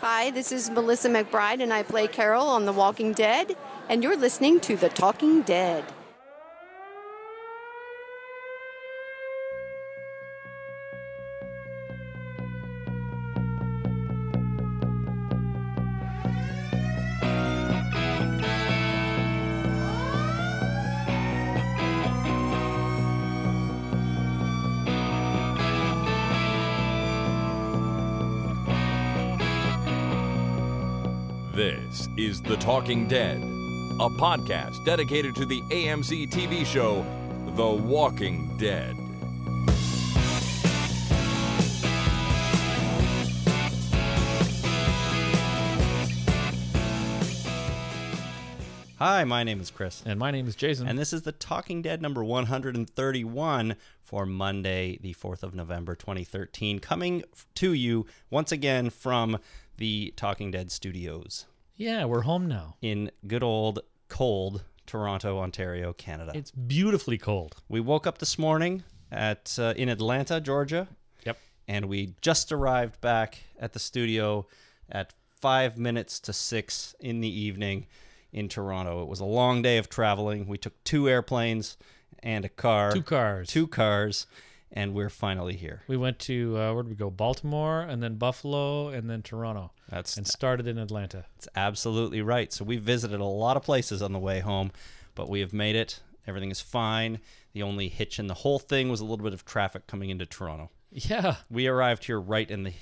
Hi, this is Melissa McBride, and I play Carol on The Walking Dead, and you're listening to The Talking Dead. This is The Talking Dead, a podcast dedicated to the AMC TV show The Walking Dead. Hi, my name is Chris. And my name is Jason. And this is the Talking Dead number 131 for Monday, the 4th of November, 2013, coming f- to you once again from the Talking Dead studios yeah, we're home now. in good old cold Toronto, Ontario, Canada. It's beautifully cold. we woke up this morning at uh, in Atlanta, Georgia, Yep. and we just arrived back at the studio at 5 minutes to 6 in the evening in Toronto. It was a long day of traveling. We took two airplanes and a car. Two cars. two cars, and we're finally here. We went to uh, where did we go? Baltimore, and then Buffalo, and then Toronto, That's and started in Atlanta. that's absolutely right. So we visited a lot of places on the way home, but we have made it. Everything is fine. The only hitch in the whole thing was a little bit of traffic coming into Toronto. Yeah. We arrived here right in the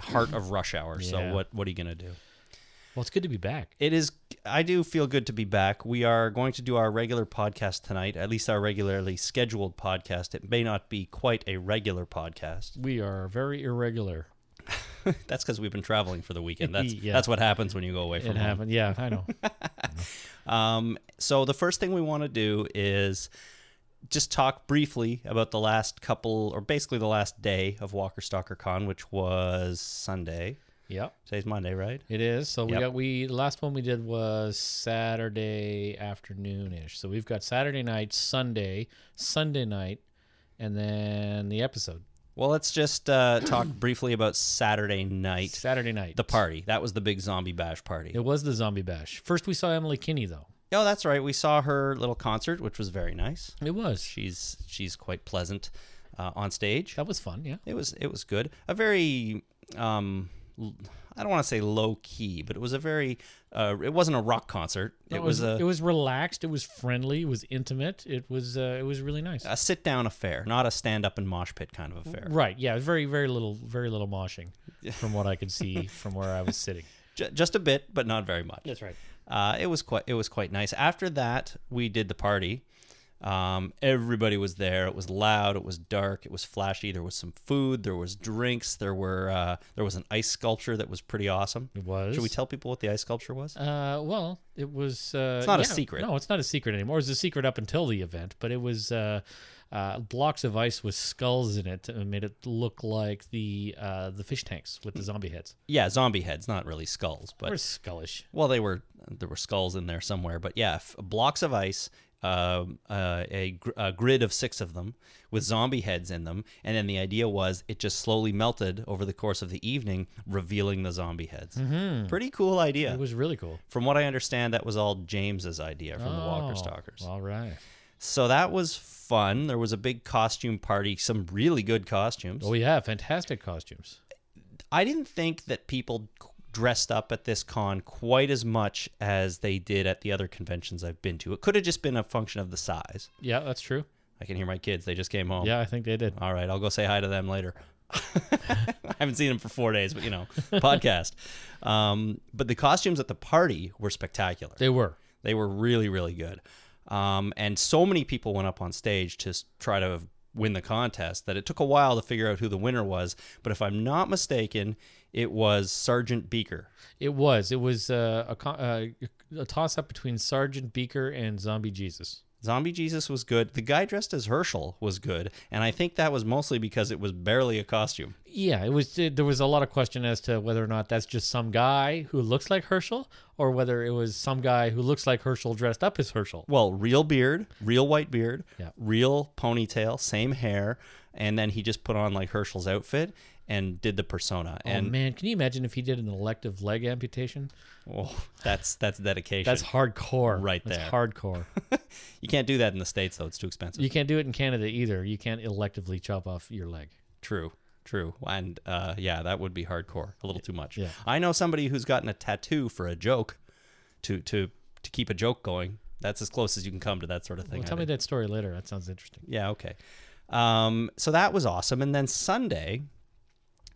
heart of rush hour. So Yeah. what what are you going to do? Well, it's good to be back. It is I do feel good to be back. We are going to do our regular podcast tonight, at least our regularly scheduled podcast. It may not be quite a regular podcast. We are very irregular. That's cuz we've been traveling for the weekend. That's Yeah. that's what happens when you go away from It home. happened. Yeah, I know. Um, so the first thing we want to do is just talk briefly about the last couple, or basically the last day of Walker Stalker Con, which was Sunday. yep. Today's Monday, right? It is. So we Yep. got we the last one we did was Saturday afternoonish. So we've got Saturday night, Sunday, Sunday night, and then the episode. Well, let's just uh, talk briefly about Saturday night, Saturday night. the party. That was the big zombie bash party. It was the zombie bash. First we saw Emily Kinney though. Oh, that's right. We saw her little concert, which was very nice. It was. She's she's quite pleasant uh, on stage. That was fun, yeah. It was it was good. A very um l- I don't want to say low key, but it was a very uh it wasn't a rock concert. it was, uh, it a was relaxed, it was friendly, it was intimate. It was uh, it was really nice. a sit down affair, not a stand up and mosh pit kind of affair. right. Yeah, it was very very little very little moshing from what I could see from where I was sitting. J- just a bit, but not very much. That's right. Uh, it was quite it was quite nice. After that, we did the party. Um, everybody was there. It was loud. It was dark. It was flashy. There was some food. There was drinks. There were uh, there was an ice sculpture that was pretty awesome. It was. Should we tell people what the ice sculpture was? Uh, well, it was. Uh, It's not a yeah, secret. No, it's not a secret anymore. It was a secret up until the event, but it was uh, uh, blocks of ice with skulls in it and made it look like the uh, the fish tanks with the zombie heads. yeah, zombie heads, not really skulls, but Or skullish. Well, they were there were skulls in there somewhere, but yeah, f- blocks of ice, um uh, a, gr- a grid of six of them with zombie heads in them, and then the idea was it just slowly melted over the course of the evening, revealing the zombie heads. Pretty cool idea. Mm-hmm. It was really cool. from what I understand, that was all James's idea from the Walker Oh, Stalkers. All right. So that was fun. There was a big costume party, some really good costumes. Oh yeah, fantastic costumes. I didn't think that people dressed up at this con quite as much as they did at the other conventions I've been to. It could have just been a function of the size. Yeah, that's true. I can hear my kids. They just came home. Yeah, I think they did. All right, I'll go say hi to them later. I haven't seen them for four days, but you know, podcast. Um, but the costumes at the party were spectacular. They were. They were really, really good. Um, and so many people went up on stage to s- try to win the contest that it took a while to figure out who the winner was. But if I'm not mistaken, it was Sergeant Beaker. It was. It was uh, a, co- uh, a toss up between Sergeant Beaker and Zombie Jesus. Zombie Jesus was good. The guy dressed as Herschel was good. And I think that was mostly because it was barely a costume. Yeah, it was. There was a lot of question as to whether or not that's just some guy who looks like Herschel, or whether it was some guy who looks like Herschel dressed up as Herschel. Oh, Well, real beard, real white beard, Yeah. real ponytail, same hair. And then he just put on like Herschel's outfit. and did the persona. Oh and man, can you imagine if he did an elective leg amputation? oh, that's that's dedication. That's hardcore. Right That's there. hardcore. you can't do that in the states though; it's too expensive. you can't do it in Canada either. You can't electively chop off your leg. True, true, and uh, yeah, that would be hardcore. A little too much. Yeah. I know somebody who's gotten a tattoo for a joke, to to to keep a joke going. That's as close as you can come to that sort of thing. Well, I tell me think. that story later. That sounds interesting. Yeah, okay. Um, so that was awesome. And then Sunday,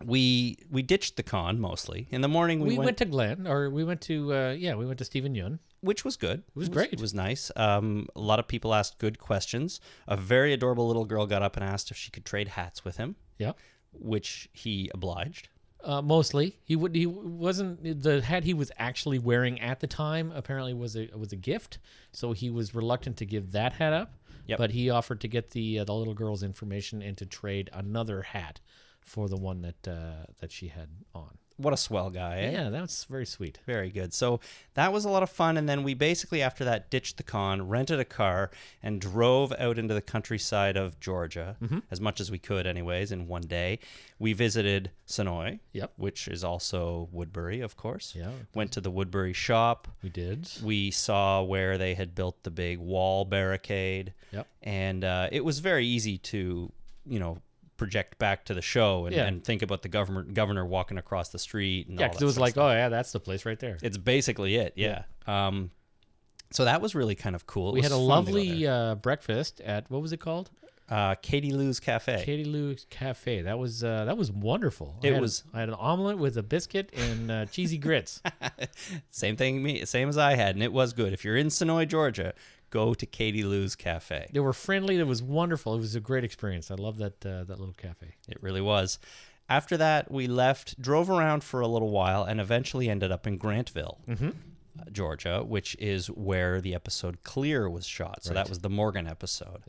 we we ditched the con mostly. In the morning, we, We, went, to Glenn, or we went to uh, yeah, we went to Stephen Yun. which was good. It was great. It was nice. Um, a lot of people asked good questions. A very adorable little girl got up and asked if she could trade hats with him, Yeah, which he obliged. uh, mostly he would he wasn't the hat he was actually wearing at the time. Apparently was a was a gift, so he was reluctant to give that hat up. Yep. But he offered to get the uh, the little girl's information and to trade another hat for the one that uh, that she had on. What a swell guy! eh? Yeah, that's very sweet. Very good. So that was a lot of fun. And then we basically, after that, ditched the con, rented a car, and drove out into the countryside of Georgia Mm-hmm. as much as we could, anyways, in one day. We visited Sonoy, Yep. which is also Woodbury, of course. Yeah. Went to the Woodbury shop. We did. We saw where they had built the big wall barricade. Yep. And uh, it was very easy to, you know, project back to the show and, Yeah. and think about the governor governor walking across the street and Yeah, all because that it was sort of like, oh yeah, that's the place right there. it's basically it, yeah. Um, so that was really kind of cool. It we was had a fun to go lovely there. uh, breakfast at what was it called? uh, Katie Lou's Cafe. Katie Lou's Cafe. That was uh, that was wonderful. I It had- was- I had an omelet with a biscuit and uh, cheesy grits. Same thing, me, same as I had, and it was good. If you're in Sonoy, Georgia, go to Katie Lou's Cafe. they were friendly. It was wonderful. It was a great experience. I love that uh, that little cafe. It really was. After that, we left, drove around for a little while, and eventually ended up in Grantville, uh, Georgia, which is where the episode Clear was shot. So that was the Morgan episode.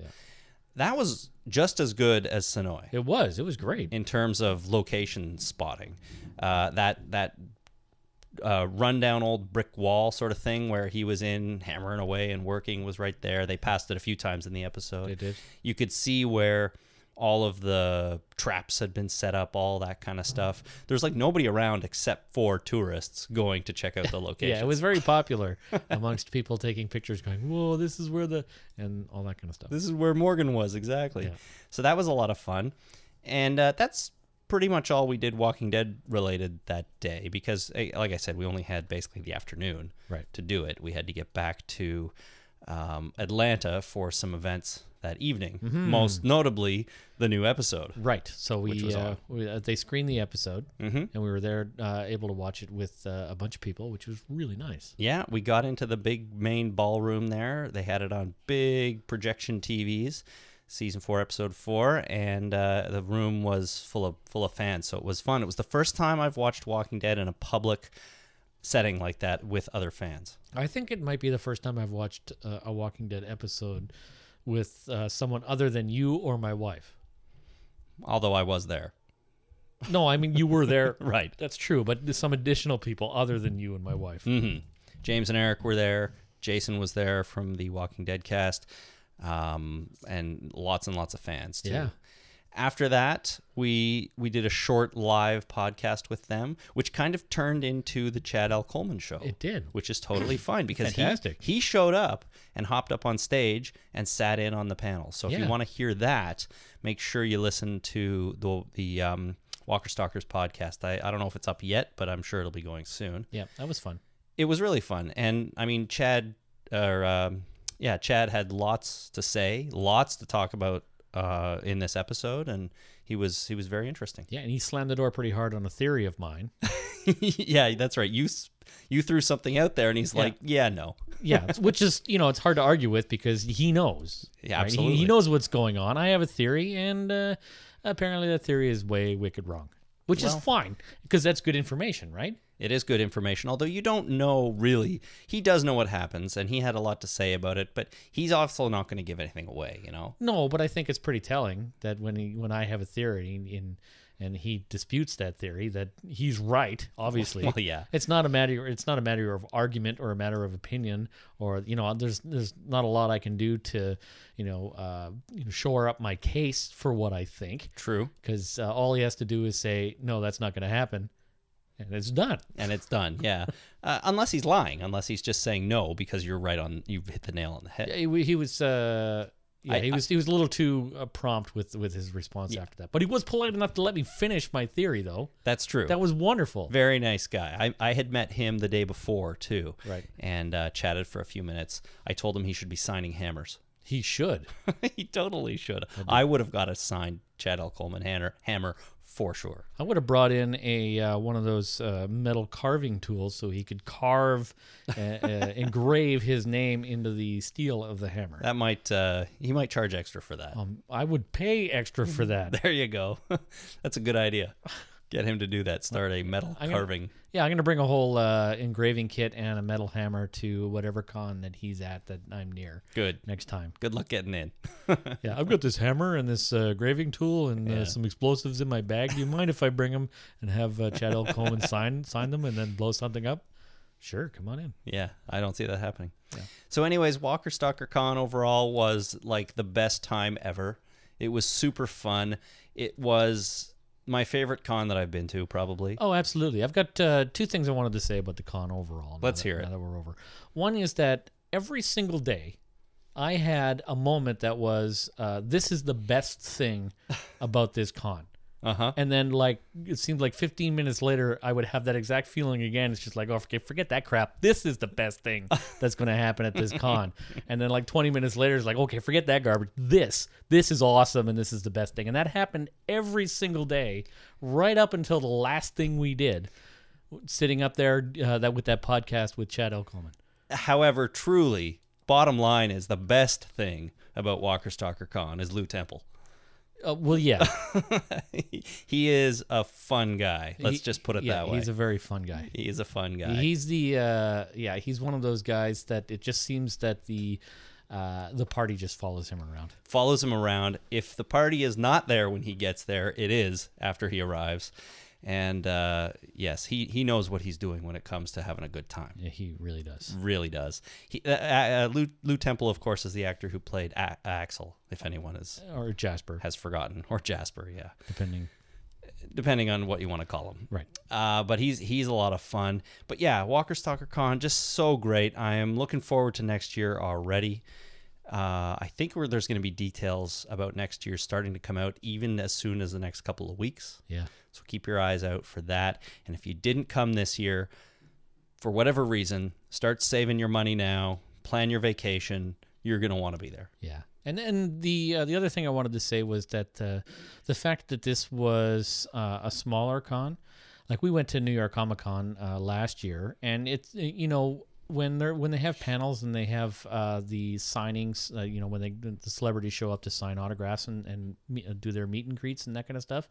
That was just as good as Sonoy. It was. It was great. in terms of location spotting. Uh, that that uh, rundown old brick wall sort of thing where he was in hammering away and working was right there. They passed it a few times in the episode. They did. You could see where all of the traps had been set up, all that kind of stuff. There's like nobody around except for tourists going to check out the location. Yeah, it was very popular amongst people taking pictures, going, "Whoa, this is where the," and all that kind of stuff. This is where Morgan was exactly. So that was a lot of fun, and uh, that's pretty much all we did Walking Dead related that day because, eh, like I said, we only had basically the afternoon Right. to do it. We had to get back to um, Atlanta for some events that evening, most notably the new episode. Right. So we, was Mm-hmm. uh, odd. we uh, they screened the episode, and we were there uh, able to watch it with uh, a bunch of people, which was really nice. Yeah, we got into the big main ballroom there. They had it on big projection TVs, season four, episode four, and uh, the room was full of full of fans. So it was fun. It was the first time I've watched Walking Dead in a public setting like that with other fans. I think it might be the first time I've watched uh, a Walking Dead episode with uh, someone other than you or my wife. Although I was there, No, I mean you were there. right? Mm-hmm. That's true, but there's some additional people other than you and my wife. James and Eric were there. Jason was there from the Walking Dead cast, um, and lots and lots of fans too. Yeah. After that, we we did a short live podcast with them, which kind of turned into the Chad L. Coleman show. It did. which is totally fine because he Fantastic. he showed up and hopped up on stage and sat in on the panel. So if you Yeah. want to hear that, make sure you listen to the the um, Walker Stalkers podcast. I, I don't know if it's up yet, but I'm sure it'll be going soon Yeah, that was fun. it was really fun and i mean chad or um, yeah chad had lots to say lots to talk about uh, in this episode and he was he was very interesting Yeah, and he slammed the door pretty hard on a theory of mine. yeah that's right you s- you threw something out there and he's like yeah no Yeah, which is you know it's hard to argue with because he knows. Yeah, He- He, absolutely. knows what's going on. I have a theory, and uh, apparently that theory is way wicked wrong, which is fine because that's good information, right? it is good information although you don't know really he does know what happens and he had a lot to say about it but he's also not going to give anything away you know No, but I think it's pretty telling that when he, when I have a theory and and he disputes that theory that he's right obviously Well, yeah. it's not a matter it's not a matter of argument or a matter of opinion or you know there's there's not a lot i can do to you know uh you know, shore up my case for what i think True. because uh, all he has to do is say no that's not going to happen and it's done and it's done. Yeah, uh, unless he's lying, unless he's just saying no because you're right on. You've hit the nail on the head. Yeah, he, he was uh yeah, I- he was he was a little too uh, prompt with with his response after that. But he was polite enough to let me finish my theory though. That's true. That was wonderful. very nice guy. I, I had met him the day before too, Right. And uh, chatted for a few minutes. I told him he should be signing hammers. he should. he totally should. I would have got a signed Chad L. Coleman hammer, hammer for sure. I would have brought in a uh, one of those uh, metal carving tools so he could carve uh, uh, engrave his name into the steel of the hammer. That might uh, he might charge extra for that. um, I would pay extra for that. There you go. That's a good idea. Get him to do that. Start a metal I'm gonna- carving. Yeah, I'm gonna bring a whole uh, engraving kit and a metal hammer to whatever con that he's at that I'm near Good. next time. Good luck getting in. Yeah, I've got this hammer and this uh, graving tool and uh, some explosives in my bag. Do you mind if I bring them and have uh, Chad L. Coleman sign sign them and then blow something up? Sure, come on in. Yeah, I don't see that happening. So, anyways, Walker Stalker Con overall was like the best time ever. It was super fun. It was my favorite con that I've been to, probably. Oh, absolutely. I've got uh, two things I wanted to say about the con overall. now Let's that- hear it. Now that we're over, one is that every single day, I had a moment that was, uh, "This is the best thing about this con." Uh huh. And then, like, it seemed like 15 minutes later, I would have that exact feeling again. It's just like, oh, forget, forget that crap. This is the best thing that's going to happen at this con. and then, like, 20 minutes later, it's like, okay, forget that garbage. This, this is awesome, and this is the best thing. And that happened every single day, right up until the last thing we did, sitting up there uh, that with that podcast with Chad Elkelman. However, truly, bottom line is the best thing about Walker Stalker Con is Lou Temple. Uh, well, yeah, he is a fun guy. Let's He- just put it yeah, that way. He's a very fun guy. he is a fun guy. He's the uh, yeah. He's one of those guys that it just seems that the uh, the party just follows him around. follows him around. If the party is not there when he gets there, it is after he arrives. And uh, yes, he, he knows what he's doing when it comes to having a good time. Yeah, he really does. Really does. He, uh, uh, Lou, Lou Temple, of course, is the actor who played a- Axel, if anyone is Or Jasper, has forgotten, or Jasper, yeah, depending. depending on what you want to call him. Right. Uh, but he's he's a lot of fun. But yeah, Walker Stalker Con just so great. I am looking forward to next year already. Uh, I think we there's going to be details about next year starting to come out even as soon as the next couple of weeks. Yeah. So keep your eyes out for that. And if you didn't come this year, for whatever reason, start saving your money now. Plan your vacation. You're going to want to be there. Yeah, and and the uh, the other thing I wanted to say was that uh, the fact that this was uh, a smaller con, like we went to New York Comic Con uh, last year, and it's uh, you know when they're when they have panels and they have uh, the signings, uh, you know when they the celebrities show up to sign autographs and and me- uh, do their meet and greets and that kind of stuff.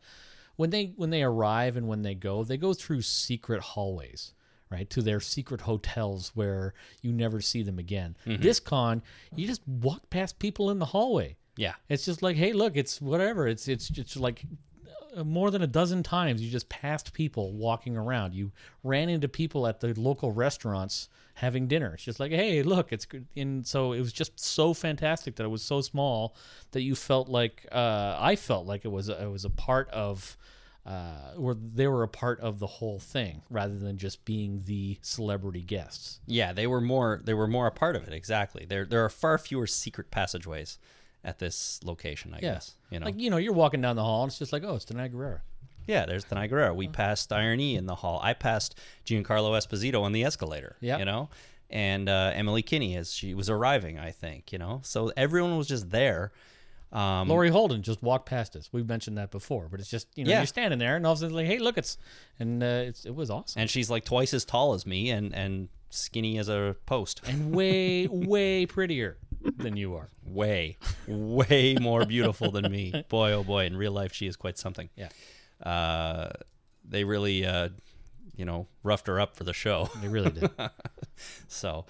When they when they arrive and when they go, they go through secret hallways right to their secret hotels where you never see them again this con you just walk past people in the hallway Yeah. it's just like hey look it's whatever it's it's just like uh, more than a dozen times you just passed people walking around you ran into people at the local restaurants having dinner it's just like hey look it's good and so it was just so fantastic that it was so small that you felt like uh, i felt like it was a, it was a part of uh, or they were a part of the whole thing rather than just being the celebrity guests. Yeah, they were more they were more a part of it. Exactly. There there are far fewer secret passageways at this location. I guess you know. like you know, you're walking down the hall and it's just like, oh, it's Denai Guerrera. yeah, there's the Guerrero. Oh. We passed Iron E in the hall. I passed Giancarlo Esposito on the escalator. Yeah. you know, and uh, Emily Kinney as she was arriving. I think you know. So everyone was just there. Um, Lori Holden just walked past us. We've mentioned that before, but it's just you know, Yeah. you're standing there and all of a sudden it's like, hey, look, it's and uh, it's, it was awesome and she's like twice as tall as me and and skinny as a post. and way way prettier than you are. way, way more beautiful than me. Boy, oh boy, in real life, she is quite something. Yeah. Uh, they really, uh, you know, roughed her up for the show. They really did. So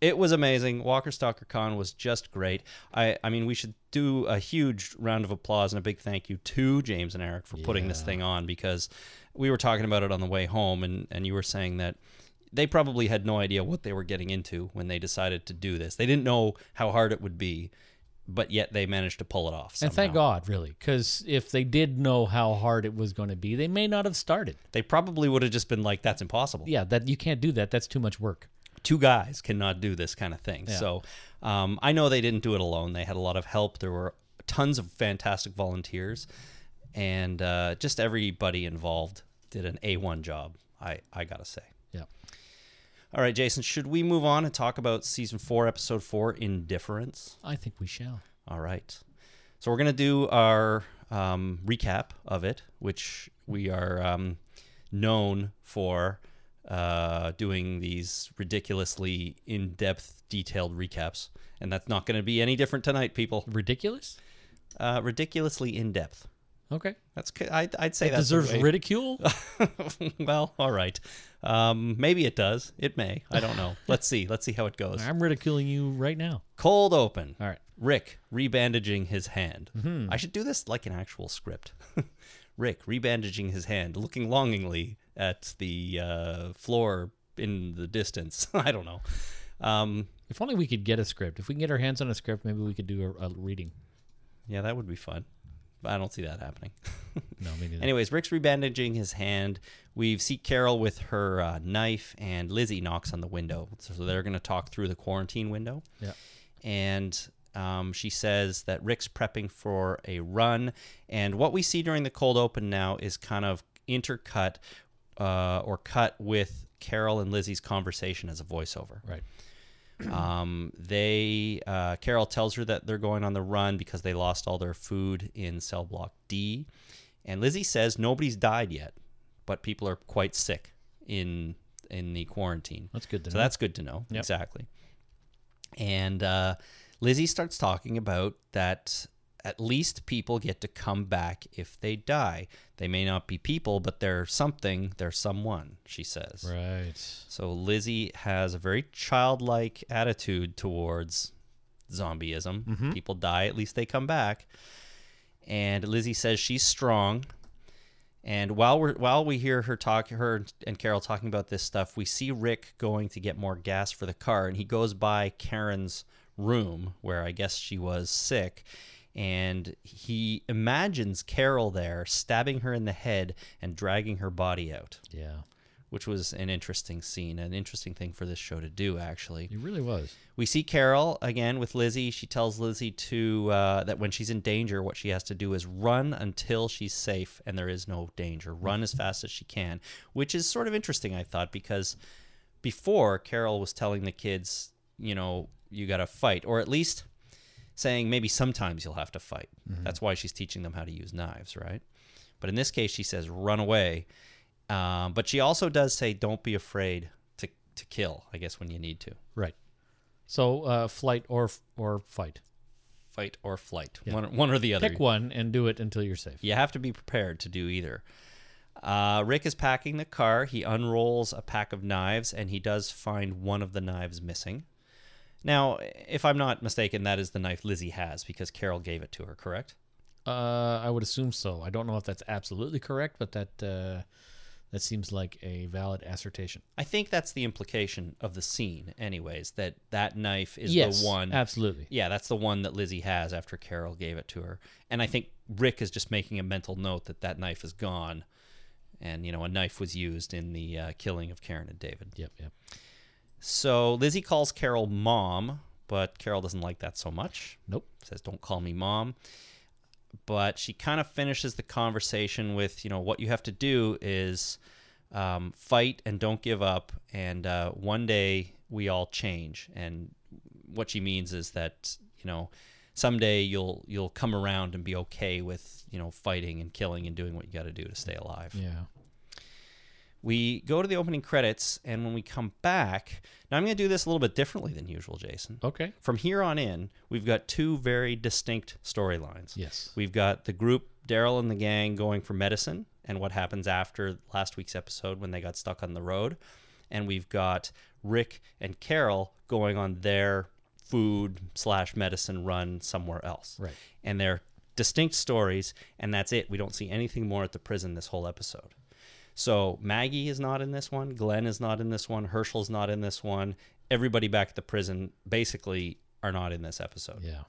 It was amazing. Walker Stalker Con was just great. I, I mean, we should do a huge round of applause and a big thank you to James and Eric for putting this thing on because we were talking about it on the way home, and, and you were saying that they probably had no idea what they were getting into when they decided to do this. They didn't know how hard it would be, but yet they managed to pull it off. Somehow. And thank God, really, because if they did know how hard it was going to be, they may not have started. They probably would have just been like, that's impossible. Yeah, that you can't do that. That's too much work. two guys cannot do this kind of thing. So um, I know they didn't do it alone. They had a lot of help. There were tons of fantastic volunteers, and uh, just everybody involved did an A1 job, I, I gotta say. Yeah. All right, Jason, should we move on and talk about season four, episode four, Indifference? I think we shall. All right. So we're going to do our um, recap of it, which we are um, known for uh, doing these ridiculously in depth, detailed recaps. And that's not going to be any different tonight, people. Ridiculous? Uh, ridiculously in depth. Okay. That's ca- I, I'd say that Deserves ridicule? well, all right. Um, maybe it does. It may. I don't know. Let's see. Let's see how it goes. I'm ridiculing you right now. Cold open. All right. Rick rebandaging his hand. I should do this like an actual script. Rick rebandaging his hand, looking longingly at the uh, floor in the distance. I don't know. Um, If only we could get a script. If we can get our hands on a script, maybe we could do a, a reading. yeah, that would be fun. But I don't see that happening. No, maybe not. Anyways, Rick's rebandaging his hand. We see Carol with her uh, knife, and Lizzie knocks on the window. So they're going to talk through the quarantine window. Yeah. and um, she says that Rick's prepping for a run. And what we see during the cold open now is kind of intercut uh, or cut with Carol and Lizzie's conversation as a voiceover. Right. Mm-hmm. Um, they uh, Carol tells her that they're going on the run because they lost all their food in cell block D, and Lizzie says nobody's died yet, but people are quite sick in in the quarantine. That's good to So know. that's good to know exactly. And uh, Lizzie starts talking about that. At least people get to come back if they die. They may not be people, but they're something. They're someone. She says. Right. So Lizzie has a very childlike attitude towards zombieism. People die, at least they come back. And Lizzie says she's strong. And while we're while we hear her talk, her and Carol talking about this stuff, we see Rick going to get more gas for the car, and he goes by Karen's room where I guess she was sick, and he imagines Carol there, stabbing her in the head and dragging her body out Yeah. which was an interesting scene, an interesting thing for this show to do, actually. It really was. We see Carol again with Lizzie. She tells Lizzie to uh, that when she's in danger, what she has to do is run until she's safe and there is no danger. Run as fast as she can, which is sort of interesting, I thought, because before Carol was telling the kids, you know, you got to fight, or at least saying maybe sometimes you'll have to fight. That's why she's teaching them how to use knives, right? But in this case, she says run away. Um, but she also does say don't be afraid to to kill. I guess when you need to Right. So uh, flight or f- or fight. fight or flight, one one or the other. Pick one and do it until you're safe. You have to be prepared to do either. Uh, Rick is packing the car. He unrolls a pack of knives and he does find one of the knives missing. Now, if I'm not mistaken, that is the knife Lizzie has because Carol gave it to her, correct? Uh, I would assume so. I don't know if that's absolutely correct, but that uh, that seems like a valid assertion. I think that's the implication of the scene, anyways, that that knife is the one. Absolutely. Yeah, that's the one that Lizzie has after Carol gave it to her. And I think Rick is just making a mental note that that knife is gone. And, you know, a knife was used in the uh, killing of Karen and David. Yep. Yep. So Lizzie calls Carol mom, but Carol doesn't like that so much. Nope. Says, don't call me mom. But she kind of finishes the conversation with, you know, what you have to do is um, fight and don't give up. And uh, one day we all change. And what she means is that, you know, someday you'll you'll come around and be okay with, you know, fighting and killing and doing what you got to do to stay alive. Yeah. We go to the opening credits, and when we come back, now I'm going to do this a little bit differently than usual, Jason. Okay. From here on in, we've got two very distinct storylines. Yes. We've got the group, Daryl and the gang, going for medicine, and what happens after last week's episode when they got stuck on the road. And we've got Rick and Carol going on their food slash medicine run somewhere else. Right. And they're distinct stories, and that's it. We don't see anything more at the prison this whole episode. So Maggie is not in this one. Glenn is not in this one. Herschel's not in this one. Everybody back at the prison basically are not in this episode. Yeah.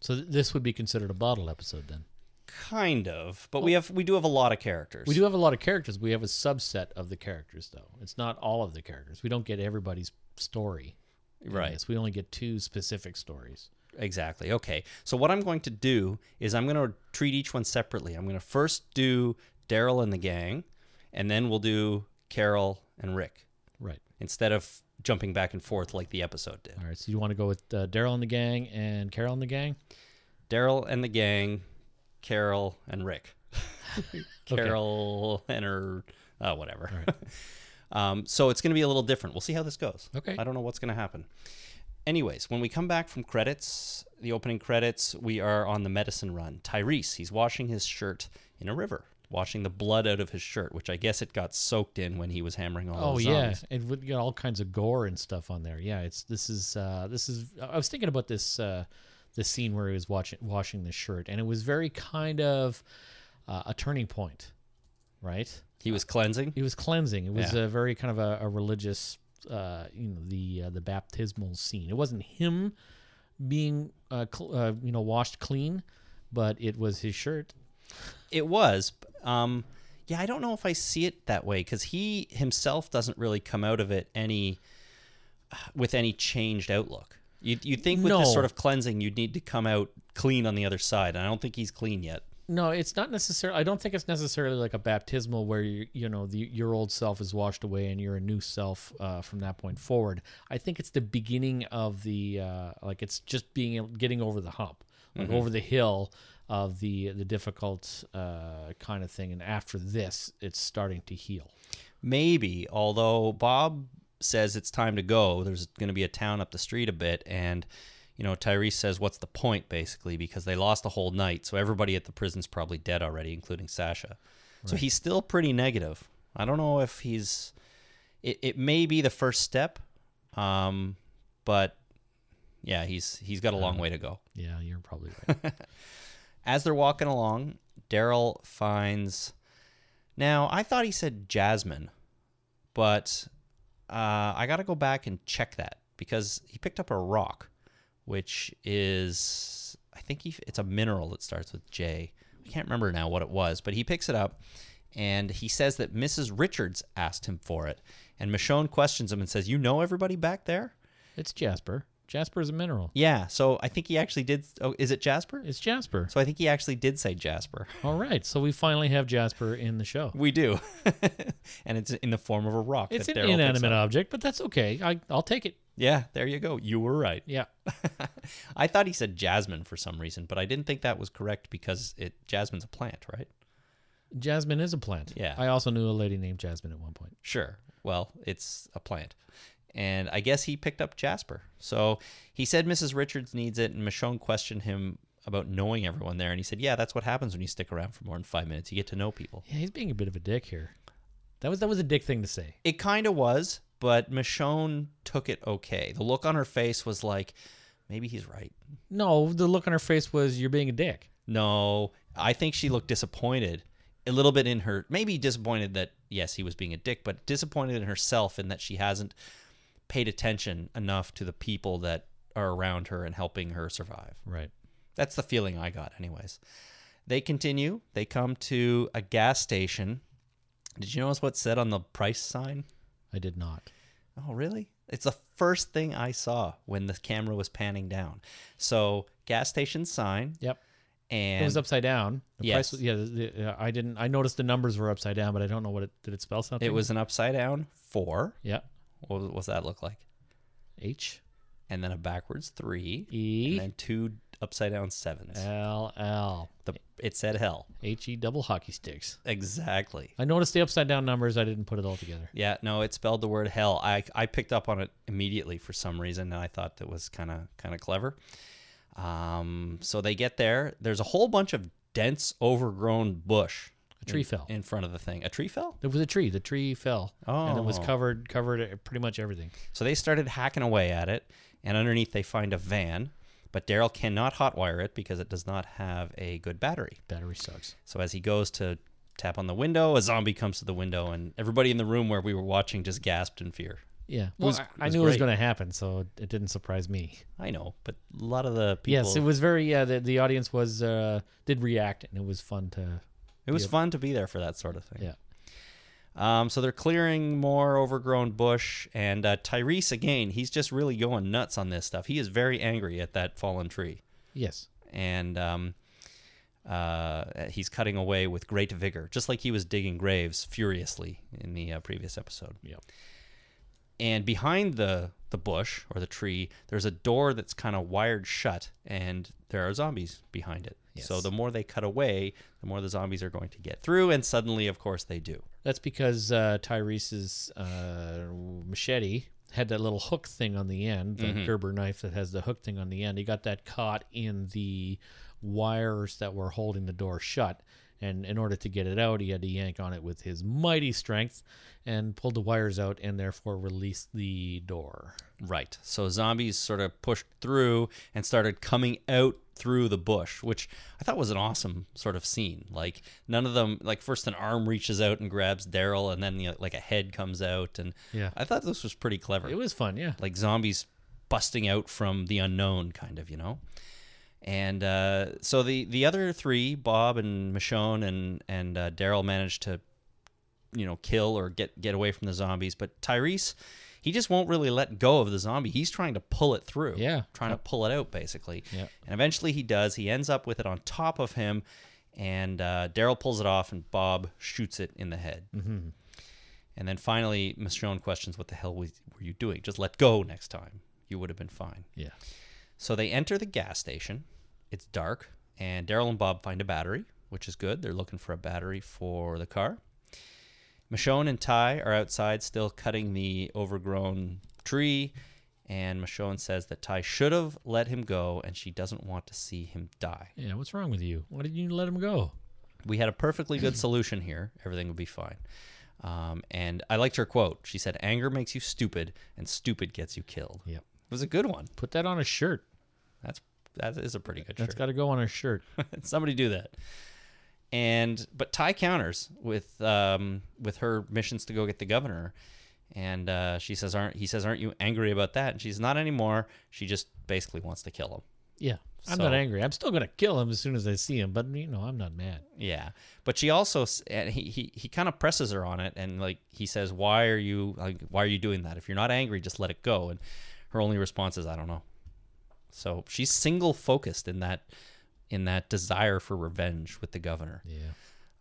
So th- this would be considered a bottle episode then. Kind of, but we have we do have a lot of characters. We do have a lot of characters. We have a subset of the characters though. It's not all of the characters. We don't get everybody's story. in Right. this. We only get two specific stories. Exactly. Okay. So what I'm going to do is I'm going to treat each one separately. I'm going to first do Daryl and the gang, and then we'll do Carol and Rick Right. instead of jumping back and forth like the episode did. All right. So you want to go with uh, Daryl and the gang and Carol and the gang? Daryl and the gang, Carol and Rick. Carol and her, uh, whatever. um, so it's going to be a little different. We'll see how this goes. Okay. I don't know what's going to happen. Anyways, when we come back from credits, the opening credits, we are on the medicine run. Tyrese, he's washing his shirt in a river, washing the blood out of his shirt, which I guess it got soaked in when he was hammering all Oh the yeah, zombies. it would get all kinds of gore and stuff on there. Yeah, it's this is uh, this is. I was thinking about this uh, this scene where he was watching washing the shirt, and it was very kind of uh, a turning point, right? He was cleansing. It was cleansing. It was Yeah. a very kind of a, a religious, uh, you know, the uh, the baptismal scene. It wasn't him being uh, cl- uh, you know washed clean, but it was his shirt. It was. b- Um, yeah, I don't know if I see it that way because he himself doesn't really come out of it any uh, with any changed outlook. You you think with this No. sort of cleansing, you'd need to come out clean on the other side, and I don't think he's clean yet. No, it's not necessarily. I don't think it's necessarily like a baptismal where you you know the, your old self is washed away and you're a new self uh, from that point forward. I think it's the beginning of the uh, like it's just being able- getting over the hump, like over the hill of the the difficult uh, kind of thing. And after this, it's starting to heal. Maybe, although Bob says it's time to go. There's going to be a town up the street a bit, and you know Tyrese says, "What's the point?" Basically, because they lost the whole night, so everybody at the prison's probably dead already, including Sasha. So he's still pretty negative. I don't know if he's. It, it may be the first step, um, but yeah, he's he's got a long way to go. Yeah, you're probably right. As they're walking along, Daryl finds. Now, I thought he said Jasmine, but uh, I got to go back and check that because he picked up a rock, which is, I think he, it's a mineral that starts with J. I can't remember now what it was, but he picks it up and he says that Mrs. Richards asked him for it. And Michonne questions him and says, You know everybody back there? it's Jasper. Jasper is a mineral. Yeah. So I think he actually did. Oh, is it Jasper? It's Jasper. So I think he actually did say Jasper. All right, so we finally have Jasper in the show. We do, and it's in the form of a rock. It's that an Daryl picks inanimate up. object, but that's okay. I, I'll take it. Yeah, there you go. You were right. Yeah. I thought he said jasmine for some reason, but I didn't think that was correct because it jasmine's a plant, right? Jasmine is a plant. Yeah. I also knew a lady named Jasmine at one point. Sure. Well, it's a plant, and I guess he picked up Jasper. So he said Mrs. Richards needs it, and Michonne questioned him about knowing everyone there, and he said, "Yeah, that's what happens when you stick around for more than five minutes. You get to know people." Yeah, he's being a bit of a dick here. That was that was a dick thing to say. It kind of was, but Michonne took it okay. The look on her face was like, "Maybe he's right." No, the look on her face was you're being a dick. No, I think she looked disappointed, a little bit in her, maybe disappointed that yes, he was being a dick, but disappointed in herself in that she hasn't paid attention enough to the people that are around her and helping her survive. Right. That's the feeling I got, anyways. They continue. They come to a gas station. Did you notice what said on the price sign? I did not. Oh, really? It's the first thing I saw when the camera was panning down. So, gas station sign, Yep. and it was upside down. The Yes. price was, yeah, the, the, uh, I didn't I noticed the numbers were upside down, but I don't know what it did it spell something. it was an upside down four. Yeah. What was- what's that look like? H And then a backwards three, E and then two upside down sevens. L L the, it said hell. H E double hockey sticks. Exactly. I noticed the upside down numbers, I didn't put it all together. Yeah, no, it spelled the word hell. I, I picked up on it immediately for some reason, and I thought that was kind of kind of clever. Um, so they get there. There's a whole bunch of dense, overgrown bush A tree fell. in front of the thing. A tree fell? There was a tree. The tree fell, and it was Oh. covered covered uh, pretty much everything. So they started hacking away at it, and underneath they find a van, but Daryl cannot hotwire it because it does not have a good battery. Battery sucks. So as he goes to tap on the window, a zombie comes to the window, and everybody in the room where we were watching just gasped in fear. Yeah, well, was- I, it I was knew it was great. going to happen, so it- it didn't surprise me. I know, but a lot of the people. Yes, it was very. Yeah, the, the audience was uh, did react, and it was fun to. It was fun to be there for that sort of thing. Yeah, Um, so they're clearing more overgrown bush, and uh, Tyrese again, he's just really going nuts on this stuff. He is very angry at that fallen tree, yes, and um, uh, he's cutting away with great vigor, just like he was digging graves furiously in the uh, previous episode. Yep. And behind the the bush or the tree, there's a door that's kind of wired shut, and there are zombies behind it. So Yes. the more they cut away, the more the zombies are going to get through, and suddenly, of course, they do. that's because uh, Tyrese's uh, machete had that little hook thing on the end, the Gerber knife that has the hook thing on the end. He got that caught in the wires that were holding the door shut. And in order to get it out, he had to yank on it with his mighty strength and pulled the wires out and therefore released the door. Right. So zombies sort of pushed through and started coming out through the bush, which I thought was an awesome sort of scene. Like none of them like first an arm reaches out and grabs Daryl and then you know, like a head comes out and Yeah. I thought this was pretty clever. It was fun, yeah. like zombies busting out from the unknown kind of, you know. And uh, so the the other three, Bob and Michonne and and uh, Daryl managed to you know kill or get get away from the zombies but tyrese he just won't really let go of the zombie he's trying to pull it through Yeah. trying to pull it out basically Yeah. and eventually he does he ends up with it on top of him and uh, daryl pulls it off and bob shoots it in the head mm-hmm. and then finally michonne questions what the hell was, were you doing just let go next time you would have been fine Yeah. so they enter the gas station. It's dark, and Daryl and Bob find a battery, which is good. They're looking for a battery for the car. Michonne and Ty are outside still cutting the overgrown tree, and Michonne says that Ty should have let him go, and she doesn't want to see him die. Yeah, what's wrong with you? Why didn't you let him go? We had a perfectly good solution here. Everything would be fine. Um, and I liked her quote. She said, Anger makes you stupid, and stupid gets you killed. Yep. It was a good one. Put that on a shirt. That's that is a pretty good That's shirt. got to go on a shirt. Somebody do that. And but Ty counters with um, with her missions to go get the governor, and uh, she says, "Aren't he says Aren't you angry about that?" And she's not anymore. She just basically wants to kill him. Yeah. I'm So- not angry. I'm still going to kill him as soon as I see him, but, you know, I'm not mad. Yeah, but she also s- and he he, he kind of presses her on it, and like he says, "Why are you like Why are you doing that? If you're not angry, just let it go." And her only response is, "I don't know." So she's single focused in that in that desire for revenge with the governor. Yeah.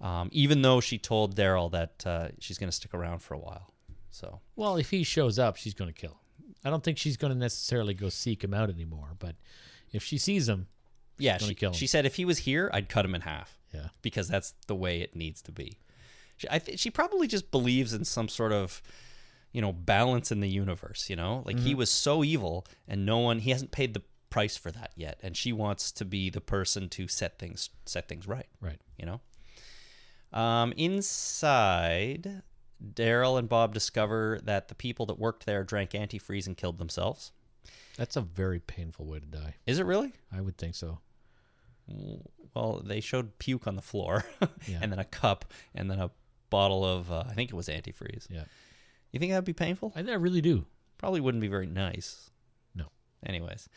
um, even though she told Daryl that uh, she's going to stick around for a while. So Well, if he shows up, she's going to kill him. I don't think she's going to necessarily go seek him out anymore, but if she sees him, yeah, gonna she, kill him. she said if he was here, I'd cut him in half yeah. because that's the way it needs to be. She, I th- she probably just believes in some sort of you know balance in the universe. You know, like he was so evil, and no one he hasn't paid the price for that yet, and she wants to be the person to set things set things right. Right. you know. Um, inside, Daryl and Bob discover that the people that worked there drank antifreeze and killed themselves. That's a very painful way to die. Is it really? I would think so. Well, they showed puke on the floor, Yeah. and then a cup, and then a bottle of uh, I think it was antifreeze. Yeah. You think that'd be painful? I, I really do. Probably wouldn't be very nice. No. Anyways,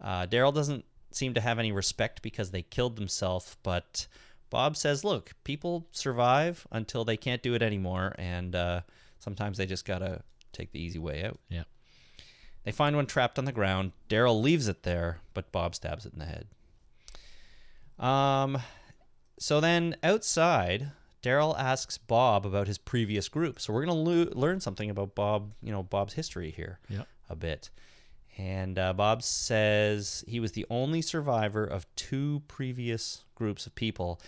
uh, Daryl doesn't seem to have any respect because they killed themselves, but Bob says, look, people survive until they can't do it anymore, and uh, sometimes they just gotta take the easy way out. Yeah. They find one trapped on the ground. Daryl leaves it there, but Bob stabs it in the head. Um, so then outside, Daryl asks Bob about his previous group. So we're gonna lo- learn something about Bob, you know, Bob's history here Yeah. a bit. And uh, Bob says he was the only survivor of two previous groups of people,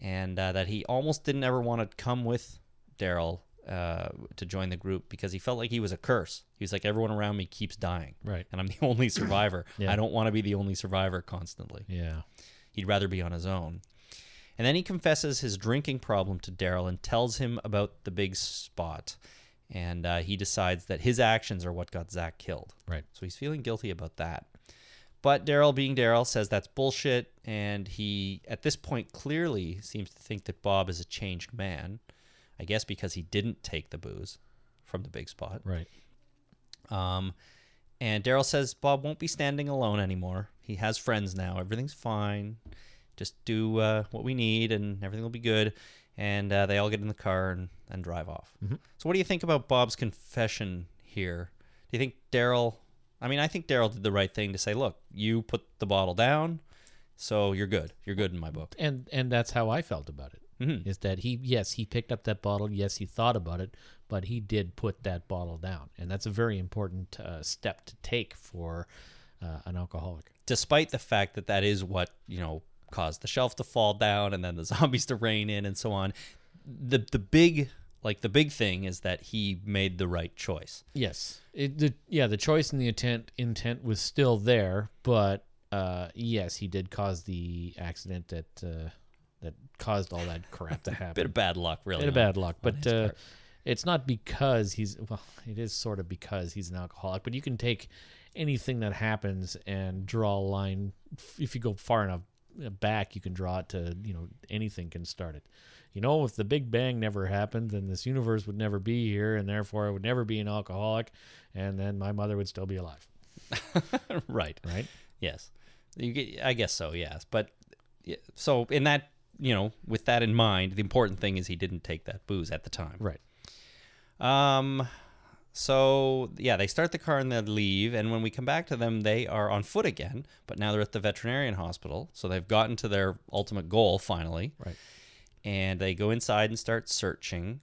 and uh, that he almost didn't ever want to come with Daryl uh, to join the group because he felt like he was a curse. He was like, everyone around me keeps dying, Right. and I'm the only survivor. Yeah. I don't want to be the only survivor constantly. Yeah. He'd rather be on his own. And then he confesses his drinking problem to Daryl and tells him about the big spot. And uh, he decides that his actions are what got Zach killed. Right. So he's feeling guilty about that. But Daryl, being Daryl, says that's bullshit. And he, at this point, clearly seems to think that Bob is a changed man. I guess because he didn't take the booze from the big spot. Right. Um, and Daryl says Bob won't be standing alone anymore. He has friends now. Everything's fine. Just do uh, what we need, and everything will be good. And uh, they all get in the car and, and drive off. So, what do you think about Bob's confession here? Do you think Daryl? I mean, I think Daryl did the right thing to say, "Look, you put the bottle down, so you're good. You're good in my book." And and that's how I felt about it. Is Mm-hmm. that he? Yes, he picked up that bottle. Yes, he thought about it, but he did put that bottle down, and that's a very important uh, step to take for uh, an alcoholic. despite the fact that that is what you know caused the shelf to fall down and then the zombies to rain in and so on the the big like the big thing is that he made the right choice Yes. It, the, yeah, the choice and the intent intent was still there, but uh, yes, he did cause the accident that uh, that caused all that crap to happen. bit of bad luck really Bit of on- bad luck, Oh, on but his uh, part. it's not because he's well. It is sort of because he's an alcoholic, but you can take anything that happens and draw a line. F- If you go far enough uh, back, you can draw it to you know anything can start it. You know, if the Big Bang never happened, then this universe would never be here, and therefore I would never be an alcoholic, and then my mother would still be alive. right Right? yes you get, i guess so yes but yeah, so in that you know with that in mind the important thing is he didn't take that booze at the time Right. Um, so yeah, they start the car and they leave. And when we come back to them, they are on foot again, but now they're at the veterinarian hospital. So they've gotten to their ultimate goal finally. Right. And they go inside and start searching.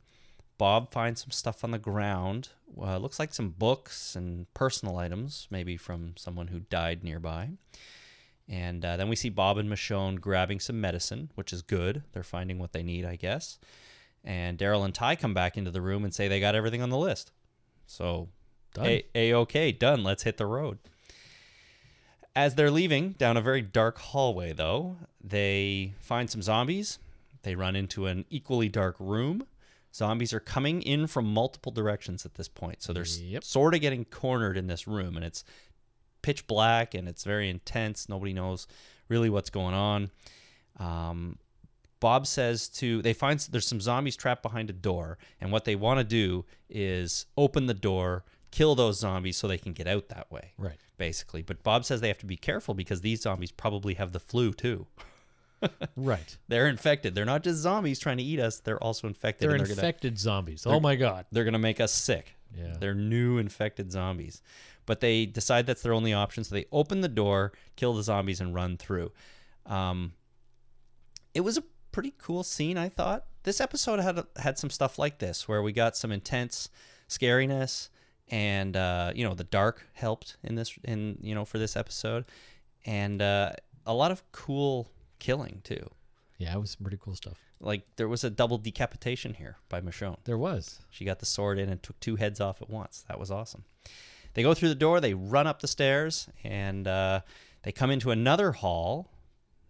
Bob finds some stuff on the ground. Uh, looks like some books and personal items, maybe from someone who died nearby. And uh, then we see Bob and Michonne grabbing some medicine, which is good. They're finding what they need, I guess. And Daryl and Ty come back into the room and say they got everything on the list. So, Done. a okay, done. Let's hit the road. As they're leaving down a very dark hallway, though, they find some zombies. They run into an equally dark room. Zombies are coming in from multiple directions at this point. So they're Yep. sort of getting cornered in this room, and it's pitch black and it's very intense. Nobody knows really what's going on. Um, Bob says to they find there's some zombies trapped behind a door, and what they want to do is open the door, kill those zombies so they can get out that way, Right. basically. But Bob says they have to be careful because these zombies probably have the flu too. Right. They're infected. They're not just zombies trying to eat us; they're also infected. They're, and Gonna, infected zombies. Oh my god. they're going to make us sick. Yeah. They're new infected zombies. But they decide that's their only option, so they open the door, kill the zombies, and run through. Um, it was a pretty cool scene, I thought. This episode had had some stuff like this, where we got some intense scariness, and uh, you know the dark helped in this, in you know for this episode, and uh, a lot of cool killing too. Yeah, it was some pretty cool stuff. Like there was a double decapitation here by Michonne. There was. She got the sword in and took two heads off at once. That was awesome. They go through the door, they run up the stairs, and uh, they come into another hall.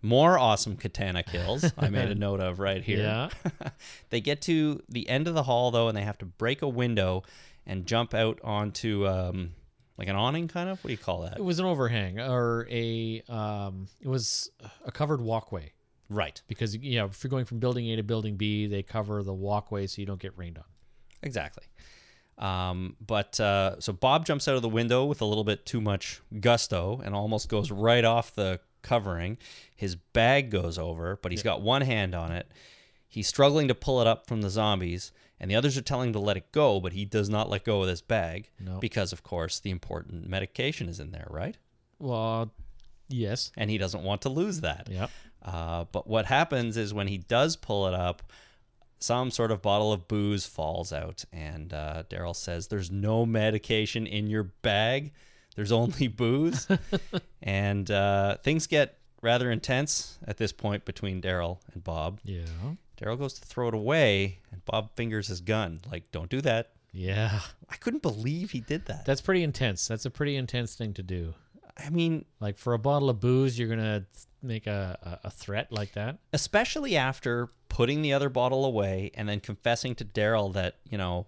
More awesome katana kills, I made a note of right here. Yeah. they get to the end of the hall, though, and they have to break a window and jump out onto um, like an awning, kind of. What do you call that? It was an overhang or a um, it was a covered walkway Right. because you know if you're going from building A to building B, they cover the walkway so you don't get rained on. Exactly. Um, but uh, so Bob jumps out of the window with a little bit too much gusto and almost goes right off the covering. His bag goes over, but he's got one hand on it. He's struggling to pull it up from the zombies, and the others are telling him to let it go, but he does not let go of this bag No. because, of course, the important medication is in there, right? Well, yes. And he doesn't want to lose that. Yep. Uh, but what happens is when he does pull it up, some sort of bottle of booze falls out, and uh, Daryl says, "There's no medication in your bag. There's only booze." and uh, things get rather intense at this point between Daryl and Bob. Yeah. Daryl goes to throw it away, and Bob fingers his gun, like, "Don't do that." Yeah. I couldn't believe he did that. That's pretty intense. That's a pretty intense thing to do. I mean, Like for a bottle of booze, you're gonna make a, a, a threat like that. especially after putting the other bottle away and then confessing to Daryl that, you know,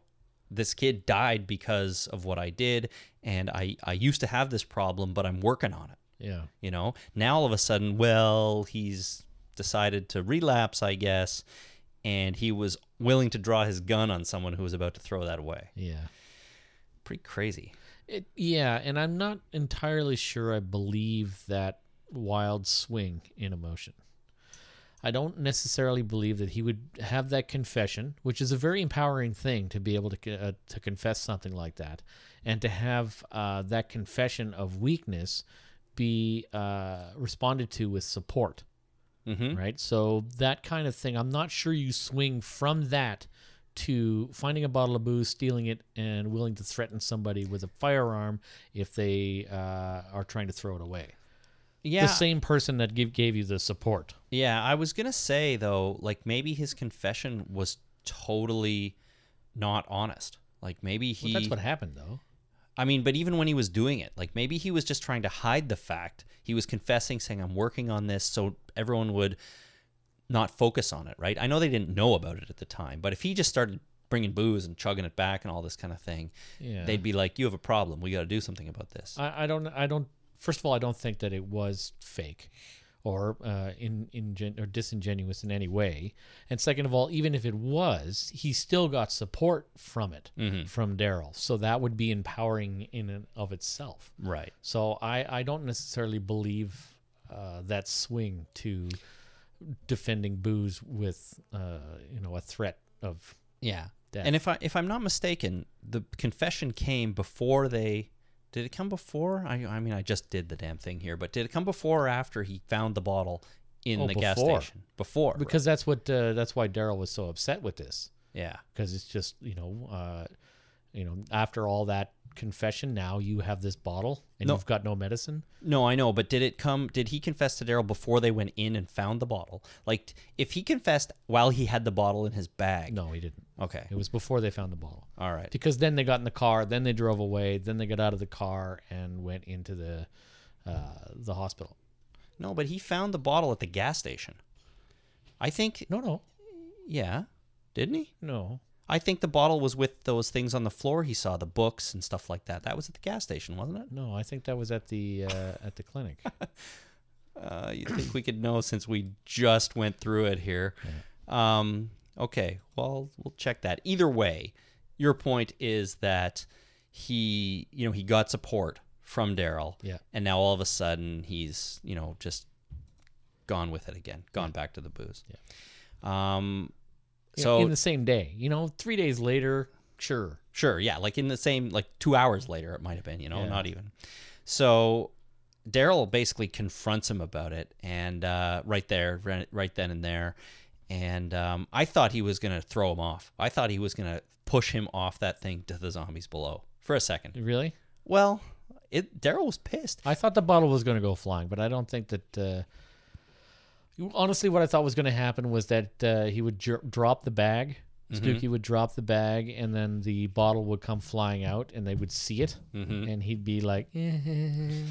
this kid died because of what I did and I I used to have this problem but I'm working on it, Yeah. you know. Now all of a sudden, well, he's decided to relapse, I guess, and he was willing to draw his gun on someone who was about to throw that away. Yeah. Pretty crazy. It, yeah, and I'm not entirely sure I believe that wild swing in emotion. I don't necessarily believe that he would have that confession, which is a very empowering thing to be able to co- uh, to confess something like that, and to have uh, that confession of weakness be uh, responded to with support Mhm. right? So that kind of thing. I'm not sure you swing from that to finding a bottle of booze, stealing it, and willing to threaten somebody with a firearm if they uh, are trying to throw it away. Yeah. The same person that give, gave you the support. Yeah, I was gonna say though, like maybe his confession was totally not honest. Like maybe he. Well, that's what happened, though. I mean, but even when he was doing it, like maybe he was just trying to hide the fact he was confessing, saying, "I'm working on this," so everyone would not focus on it, right? I know they didn't know about it at the time, but if he just started bringing booze and chugging it back and all this kind of thing, Yeah. Uh, they'd be like, "You have a problem. We got to do something about this." I, I don't. I don't. First of all, I don't think that it was fake, or uh, in ingen- or disingenuous in any way. And second of all, even if it was, he still got support from it from Daryl. So that would be empowering in and of itself. right. So I I don't necessarily believe uh, that swing to defending booze with uh, you know a threat of Yeah. Death. And if I if I'm not mistaken, the confession came before they did it come before? I I mean I just did the damn thing here, but did it come before or after he found the bottle in Oh, the gas before. station? Before. right. because that's what uh, that's why Daryl was so upset with this. yeah. because it's just you know uh, you know after all that confession now you have this bottle and No. you've got no medicine No, I know, but did it come did he confess to Daryl before they went in and found the bottle? Like if he confessed while he had the bottle in his bag. no he didn't Okay. it was before they found the bottle All right. because then they got in the car then they drove away then they got out of the car and went into the uh, the hospital No, but he found the bottle at the gas station. I think no no yeah. Didn't he? no I think the bottle was with those things on the floor he saw, the books and stuff like that. That was at the gas station, wasn't it? no i think that was at the uh, at the clinic Uh, you think we could know since we just went through it here. Um, okay, well, we'll check that. Either way, your point is that he, you know, he got support from Daryl. Yeah. And now all of a sudden he's, you know, just gone with it again, gone back to the booze. Yeah. Um, so in the same day you know three days later sure Sure, yeah, like in the same like 2 hours later it might have been, you know, Yeah. not even. So Daryl basically confronts him about it and uh, right there right, right then and there and um, I thought he was going to throw him off. I thought he was going to push him off that thing to the zombies below for a second. really Well, it Daryl was pissed. I thought the bottle was going to go flying, but I don't think that. Uh, honestly, what I thought was going to happen was that uh, he would jer- drop the bag. Stuckey would drop the bag, and then the bottle would come flying out, and they would see it, and he'd be like, "Eh."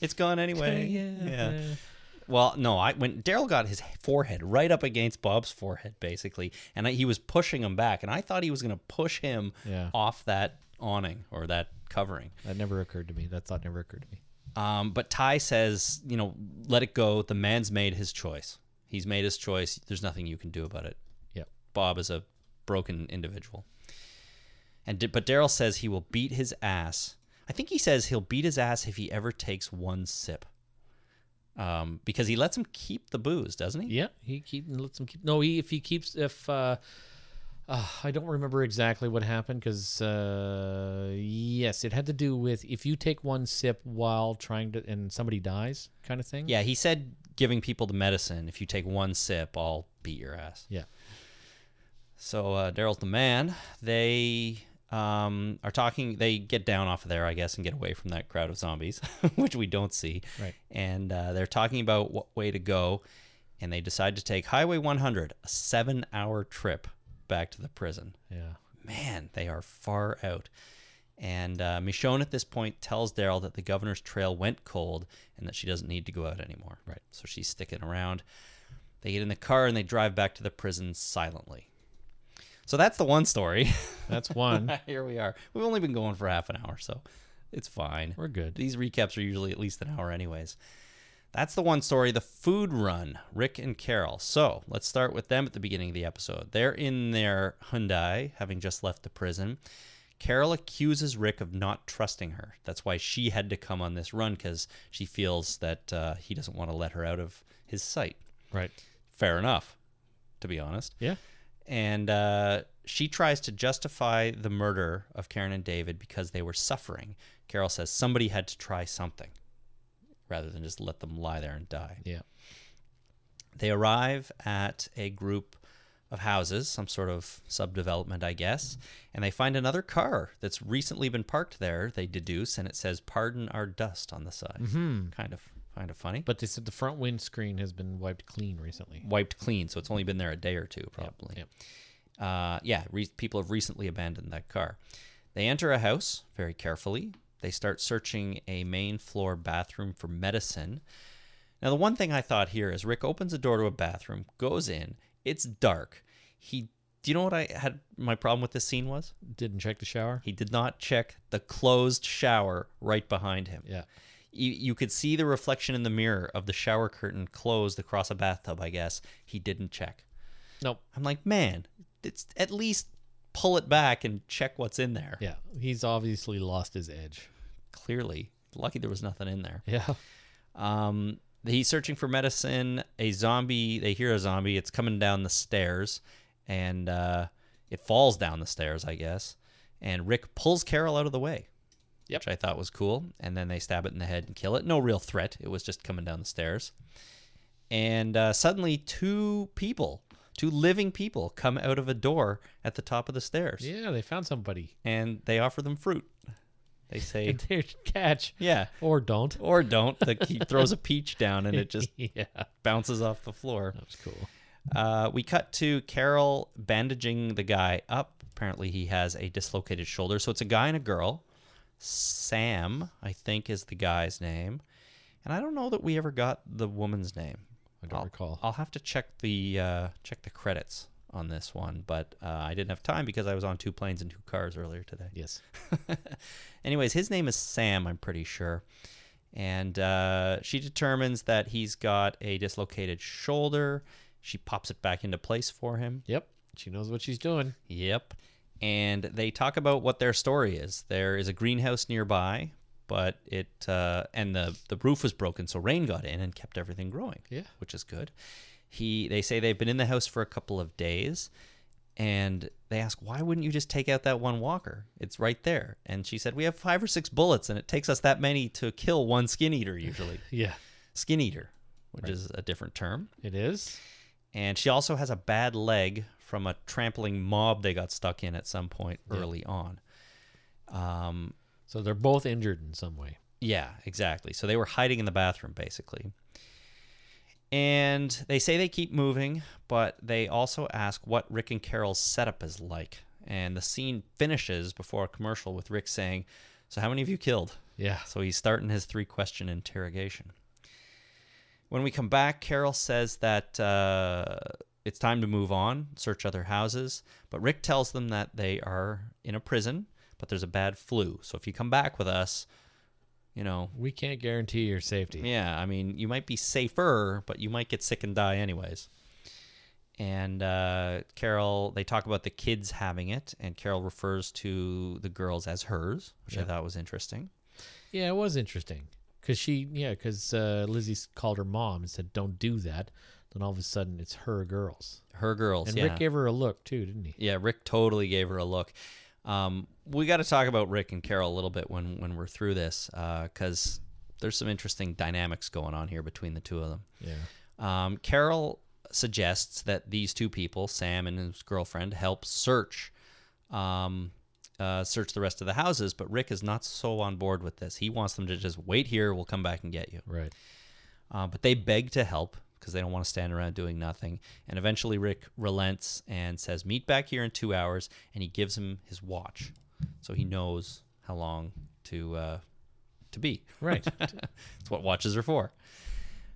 It's gone anyway. yeah. yeah. Well, no, I when Daryl got his forehead right up against Bob's forehead, basically, and I, he was pushing him back, and I thought he was going to push him Yeah. off that awning or that covering. That never occurred to me. That thought never occurred to me. Um, but Ty says, you know, let it go. The man's made his choice. He's made his choice. There's nothing you can do about it. Yep. Bob is a broken individual. And but Daryl says he will beat his ass. I think he says he'll beat his ass if he ever takes one sip. Um, because he lets him keep the booze, doesn't he? Yeah, he keep lets him keep. No, he if he keeps if. Uh, uh, I don't remember exactly what happened because uh, yes, it had to do with if you take one sip while trying to and somebody dies, kind of thing. Yeah, he said giving people the medicine. If you take one sip, I'll beat your ass. Yeah. So uh, Daryl's the man. They um, are talking. They get down off of there, I guess, and get away from that crowd of zombies, which we don't see. Right. And uh, they're talking about what way to go, and they decide to take Highway 100, a seven-hour trip back to the prison. Yeah. Man, they are far out. And uh, Michonne at this point tells Daryl that the governor's trail went cold and that she doesn't need to go out anymore. Right. So she's sticking around. They get in the car and they drive back to the prison silently. So that's the one story. That's one. Here we are. We've only been going for half an hour, so it's fine. We're good. These recaps are usually at least an hour, anyways. That's the one story the food run, Rick and Carol. So let's start with them at the beginning of the episode. They're in their Hyundai, having just left the prison. Carol accuses Rick of not trusting her. That's why she had to come on this run because she feels that uh, he doesn't want to let her out of his sight. Right. Fair enough, to be honest Yeah. and uh, she tries to justify the murder of Karen and David because they were suffering. Carol says somebody had to try something rather than just let them lie there and die. Yeah. They arrive at a group of houses, some sort of subdevelopment, I guess, and they find another car that's recently been parked there, they deduce, and it says, Pardon our dust on the side. Kind of kind of funny. But they said the front windscreen has been wiped clean recently. wiped clean, so it's only been there a day or two, probably. yep. Uh, yeah, re- people have recently abandoned that car. They enter a house very carefully. They start searching a main floor bathroom for medicine. Now, the one thing I thought here is Rick opens the door to a bathroom, goes in. It's dark. He, do you know what I had my problem with this scene was? Didn't check the shower. He did not check the closed shower right behind him Yeah. you, you could see the reflection in the mirror of the shower curtain closed across a bathtub, I guess. He didn't check. Nope. I'm like, man, it's at least pull it back and check what's in there. Yeah. He's obviously lost his edge. Clearly. Lucky there was nothing in there. Yeah. Um, he's searching for medicine. A zombie, they hear a zombie. It's coming down the stairs and uh, it falls down the stairs, I guess. And Rick pulls Carol out of the way, Yep. which I thought was cool. And then they stab it in the head and kill it. No real threat. It was just coming down the stairs. And uh, suddenly, two people, two living people, come out of a door at the top of the stairs Yeah. They found somebody. and they offer them fruit. They say, There's catch. yeah. Or don't. Or don't. The, he throws a peach down and it just Yeah. bounces off the floor. That's cool. Uh, we cut to Carol bandaging the guy up. Apparently, he has a dislocated shoulder. So it's a guy and a girl. Sam, I think, is the guy's name. And I don't know that we ever got the woman's name. I don't recall. I'll have to check the uh, check the credits on this one, but uh, I didn't have time because I was on two planes and two cars earlier today. yes. Anyways, his name is Sam, I'm pretty sure. And uh, she determines that he's got a dislocated shoulder. She pops it back into place for him. Yep. She knows what she's doing. Yep. And they talk about what their story is. There is a greenhouse nearby, but it uh, and the the roof was broken, so rain got in and kept everything growing. Yeah. which is good. He they say they've been in the house for a couple of days, and they ask why wouldn't you just take out that one walker? It's right there. And she said we have five or six bullets, and it takes us that many to kill one skin eater usually. Yeah. skin eater, which is a different term. It is. And she also has a bad leg from a trampling mob they got stuck in at some point early on. Um, So they're both injured in some way. yeah, exactly. So they were hiding in the bathroom, basically. And they say they keep moving, but they also ask what Rick and Carol's setup is like. And the scene finishes before a commercial with Rick saying, So, how many of you killed? Yeah. So he's starting his three question interrogation. When we come back, Carol says that uh, it's time to move on, search other houses. But Rick tells them that they are in a prison, but there's a bad flu. So if you come back with us, you know, We can't guarantee your safety. yeah, I mean, you might be safer, but you might get sick and die anyways. And uh, Carol, they talk about the kids having it, and Carol refers to the girls as hers, which I thought was interesting. Yeah, it was interesting because she, yeah, because uh, Lizzie s- called her mom and said, "Don't do that." Then all of a sudden, it's her girls, Her girls, and yeah. Rick gave her a look too, didn't he? Yeah, Rick totally gave her a look. Um, we got to talk about Rick and Carol a little bit when when we're through this, because there's some interesting dynamics going on here between the two of them. Yeah, Um, Carol suggests that these two people, Sam and his girlfriend, help search um, uh, search the rest of the houses, but Rick is not so on board with this. He wants them to just wait here. We'll come back and get you. right. Uh, but they beg to help because they don't want to stand around doing nothing. And eventually, Rick relents and says, Meet back here in two hours. And he gives him his watch so he knows how long to uh, to be. Right. That's what watches are for.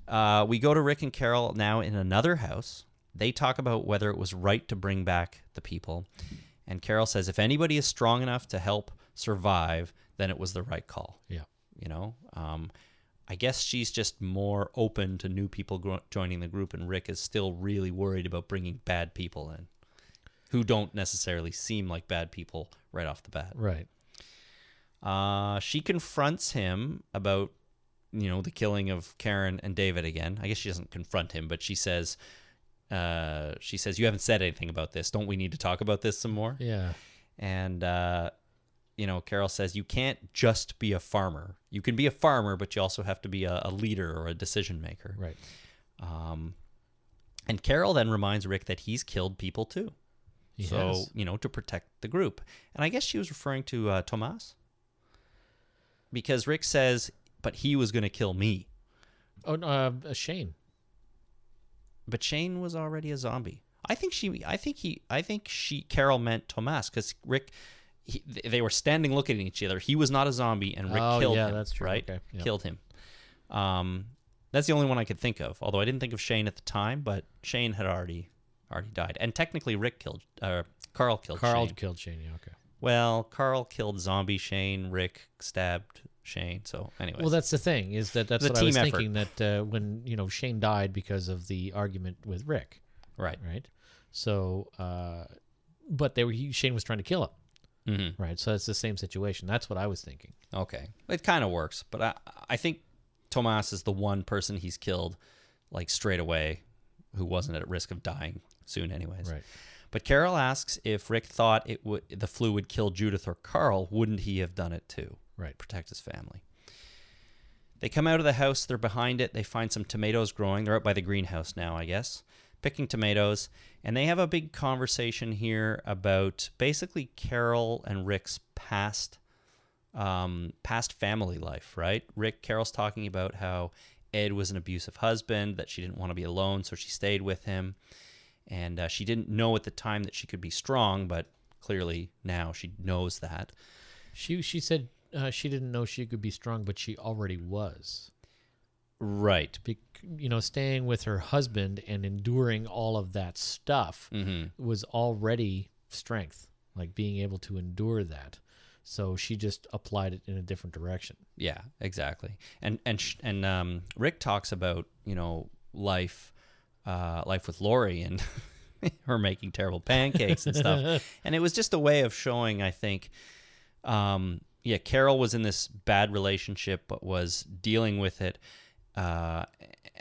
Uh, we go to Rick and Carol now in another house. They talk about whether it was right to bring back the people. And Carol says, if anybody is strong enough to help survive, then it was the right call. yeah. You know, um, I guess she's just more open to new people gro- joining the group, and Rick is still really worried about bringing bad people in who don't necessarily seem like bad people right off the bat. Right. Uh, she confronts him about, you know, the killing of Karen and David again. I guess she doesn't confront him, but she says, uh, she says, "You haven't said anything about this. Don't we need to talk about this some more?" Yeah. And uh, you know, Carol says, "You can't just be a farmer. You can be a farmer, but you also have to be a, a leader or a decision maker." Right. Um, and Carol then reminds Rick that he's killed people too. He So has. you know to protect the group, and I guess she was referring to uh, Tomas, because Rick says, "But he was going to kill me." Oh, no, uh, Shane. But Shane was already a zombie. I think she. I think he. I think she. Carol meant Tomas because Rick. He, th- they were standing looking at each other. He was not a zombie, and Rick Oh, killed yeah, him. that's true. Right, Okay, yeah. killed him. Um, that's the only one I could think of. Although I didn't think of Shane at the time, but Shane had already already died, and technically Rick killed. Uh, Carl killed. Carl Shane. killed Shane. Yeah. Okay. Well, Carl killed zombie Shane. Rick stabbed Shane. So, anyway, Well, that's the thing is that that's It's a what I was team effort. thinking that uh, when you know Shane died because of the argument with Rick, right. right? So, uh, but they were he, Shane was trying to kill him, Mhm. right? So it's the same situation. That's what I was thinking. Okay, it kind of works, but I I think Tomas is the one person he's killed like straight away who wasn't at risk of dying soon, anyways. Right. But Carol asks if Rick thought it would the flu would kill Judith or Carl, wouldn't he have done it too? Right. protect his family. They come out of the house, they're behind it, they find some tomatoes growing. They're out by the greenhouse now, I guess, picking tomatoes, and they have a big conversation here about basically Carol and Rick's past um, past family life, right? Rick Carol's talking about how Ed was an abusive husband, that she didn't want to be alone, so she stayed with him. And uh, she didn't know at the time that she could be strong, but clearly now she knows that. She she said uh, she didn't know she could be strong, but she already was. Right. Bec- you know, staying with her husband and enduring all of that stuff Mm-hmm. was already strength, like being able to endure that. So she just applied it in a different direction. Yeah, exactly. And and sh- and um, Rick talks about you know life, uh, life with Lori and her making terrible pancakes and stuff. and it was just a way of showing, I think. Um, yeah, Carol was in this bad relationship, but was dealing with it. Uh,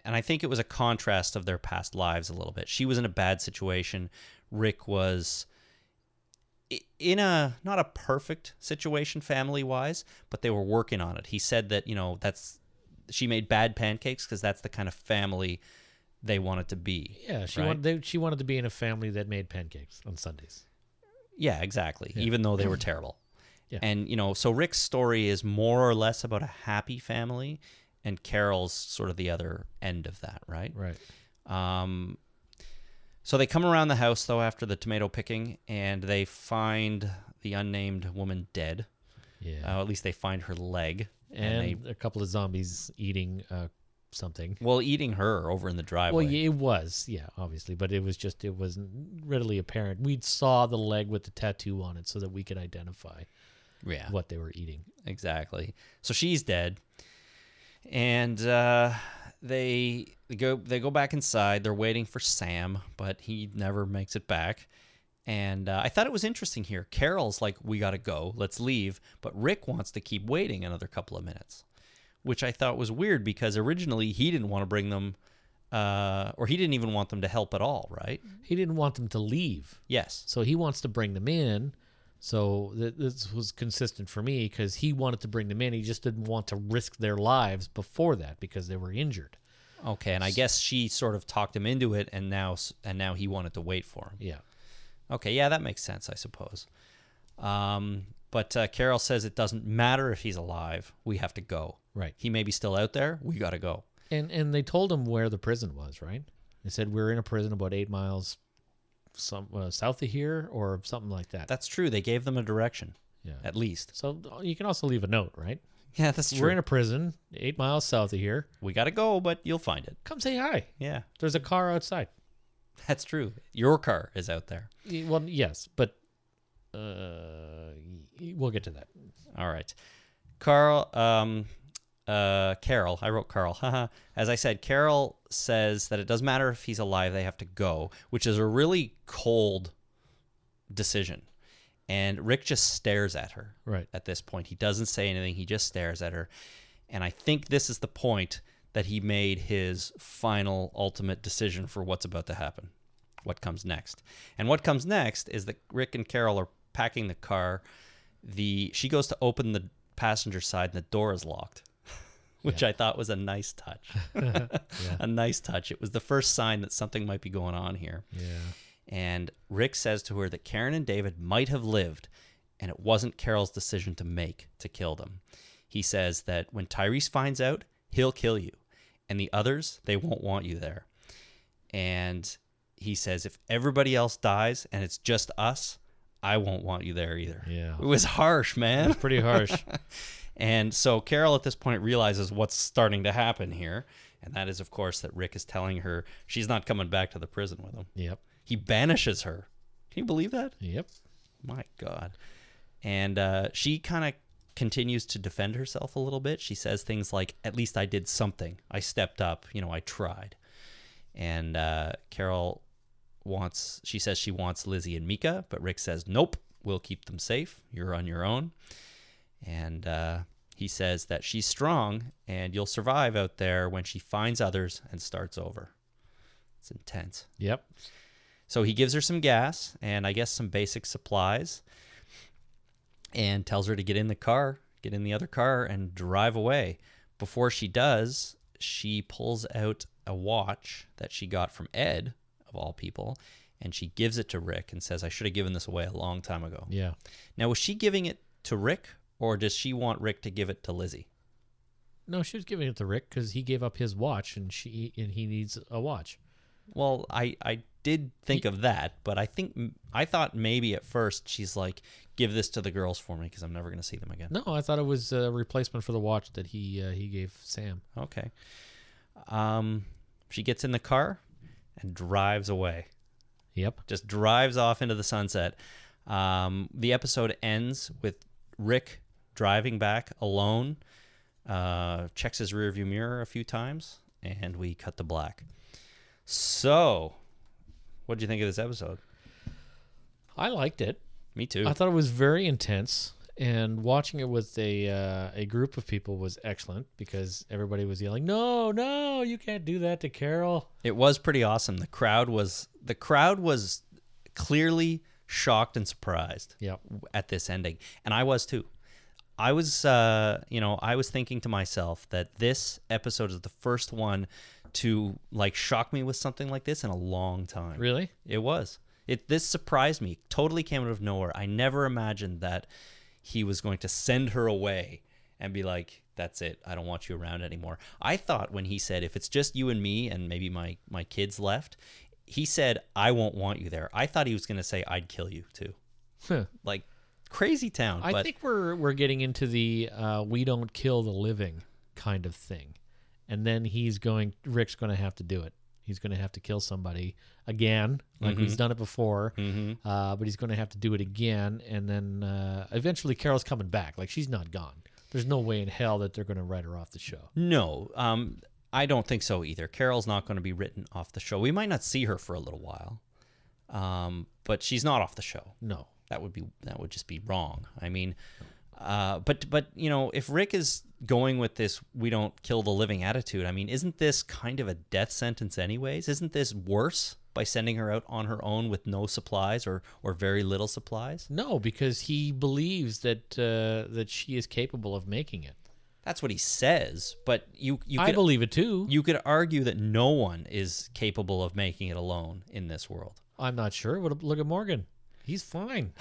and I think it was a contrast of their past lives a little bit. She was in a bad situation. Rick was i- in a not a perfect situation family wise, but they were working on it. He said that you know that's she made bad pancakes because that's the kind of family they wanted to be. Yeah, she Right. wanted they, she wanted to be in a family that made pancakes on Sundays. Yeah, exactly. Even though they were terrible. Yeah. And you know, so Rick's story is more or less about a happy family, and Carol's sort of the other end of that, right? Right. Um, so they come around the house though after the tomato picking, and they find the unnamed woman dead. Yeah. Uh, at least they find her leg, and, and a couple of zombies eating uh, something. they well eating her over in the driveway. Well, yeah, it was, yeah, obviously, but it was just it wasn't readily apparent. We saw the leg with the tattoo on it, so that we could identify yeah. what they were eating. exactly. So she's dead, and uh, they they go they go back inside. They're waiting for Sam, but he never makes it back. And uh, I thought it was interesting here. Carol's like, "We gotta go, let's leave," but Rick wants to keep waiting another couple of minutes, which I thought was weird because originally he didn't want to bring them, uh, or he didn't even want them to help at all, right? He didn't want them to leave, Yes. so he wants to bring them in. So th- this was consistent for me because he wanted to bring them in. He just didn't want to risk their lives before that because they were injured. Okay, and I guess she sort of talked him into it, and now s- and now he wanted to wait for him. Yeah. Okay, yeah, that makes sense, I suppose. Um, but uh, Carol says it doesn't matter if he's alive. We have to go. Right. He may be still out there. We got to go. And and they told him where the prison was, right? They said we're in a prison about eight miles, some uh, south of here or something like that. That's true. They gave them a direction. Yeah. at least. So you can also leave a note, right? Yeah, that's We're in a prison eight miles south of here. we gotta go, but you'll find it. Come say hi. Yeah, There's a car outside. that's true. Your car is out there. Y- Well, yes, but uh, y- we'll get to that. All right. Carl, um, uh, Carol, I wrote Carl. haha. As I said, Carol says that it doesn't matter if he's alive, they have to go, which is a really cold decision. And Rick just stares at her Right. at this point. He doesn't say anything, he just stares at her. And I think this is the point that he made his final ultimate decision for what's about to happen, what comes next. And what comes next is that Rick and Carol are packing the car. The she goes to open the passenger side and the door is locked. Which I thought was a nice touch. A nice touch. It was the first sign that something might be going on here. Yeah. And Rick says to her that Karen and David might have lived, and it wasn't Carol's decision to make to kill them. He says that when Tyrese finds out, he'll kill you, and the others, they won't want you there. And he says, if everybody else dies and it's just us, I won't want you there either. Yeah. It was harsh, man. Pretty harsh. And so Carol at this point realizes what's starting to happen here. And that is, of course, that Rick is telling her she's not coming back to the prison with him. yep. He banishes her. Can you believe that? Yep. My God. And uh, she kind of continues to defend herself a little bit. She says things like, at least I did something. I stepped up. You know, I tried. And uh, Carol wants, she says she wants Lizzie and Mika, but Rick says, nope, we'll keep them safe. You're on your own. And uh, he says that she's strong and you'll survive out there when she finds others and starts over. It's intense. Yep. So he gives her some gas and I guess some basic supplies and tells her to get in the car, get in the other car, and drive away. Before she does, she pulls out a watch that she got from Ed, of all people, and she gives it to Rick and says, I should have given this away a long time ago. Yeah. Now, was she giving it to Rick or does she want Rick to give it to Lizzie? No, she was giving it to Rick because he gave up his watch and she and he needs a watch. Well, I I did think of that, but I think I thought maybe at first she's like, "Give this to the girls for me because I'm never going to see them again." No, I thought it was a replacement for the watch that he uh, he gave Sam. Okay. Um, she gets in the car and drives away. Yep. Just drives off into the sunset. Um, the episode ends with Rick driving back alone. Uh, checks his rearview mirror a few times, and we cut to black. So, what did you think of this episode? I liked it. Me too. I thought it was very intense, and watching it with a uh, a group of people was excellent because everybody was yelling, "No, no, you can't do that to Carol." It was pretty awesome. The crowd was the crowd was clearly shocked and surprised Yep. at this ending, and I was too. I was, uh, you know, I was thinking to myself that this episode is the first one to like shock me with something like this in a long time. Really? It was. It this surprised me. Totally came out of nowhere. I never imagined that he was going to send her away and be like, "That's it. I don't want you around anymore." I thought when he said, "If it's just you and me and maybe my my kids left," he said, "I won't want you there." I thought he was going to say, "I'd kill you too." Huh. Like crazy town. I but think we're we're getting into the uh, "we don't kill the living" kind of thing, and then he's going. Rick's going to have to do it. He's going to have to kill somebody again, like Mm-hmm. he's done it before. Uh, but he's going to have to do it again, and then uh, eventually Carol's coming back. Like she's not gone. There's no way in hell that they're going to write her off the show. no, um, I don't think so either. Carol's not going to be written off the show. We might not see her for a little while, um, but she's not off the show. No, that would be that would just be wrong. I mean, uh, but but you know, if Rick is going with this "we don't kill the living" attitude, I mean, isn't this kind of a death sentence, anyways? Isn't this worse by sending her out on her own with no supplies or or very little supplies? no, because he believes that uh, that she is capable of making it. That's what he says. But you you I could, believe it too. you could argue that no one is capable of making it alone in this world. I'm not sure. What, look at Morgan. He's fine.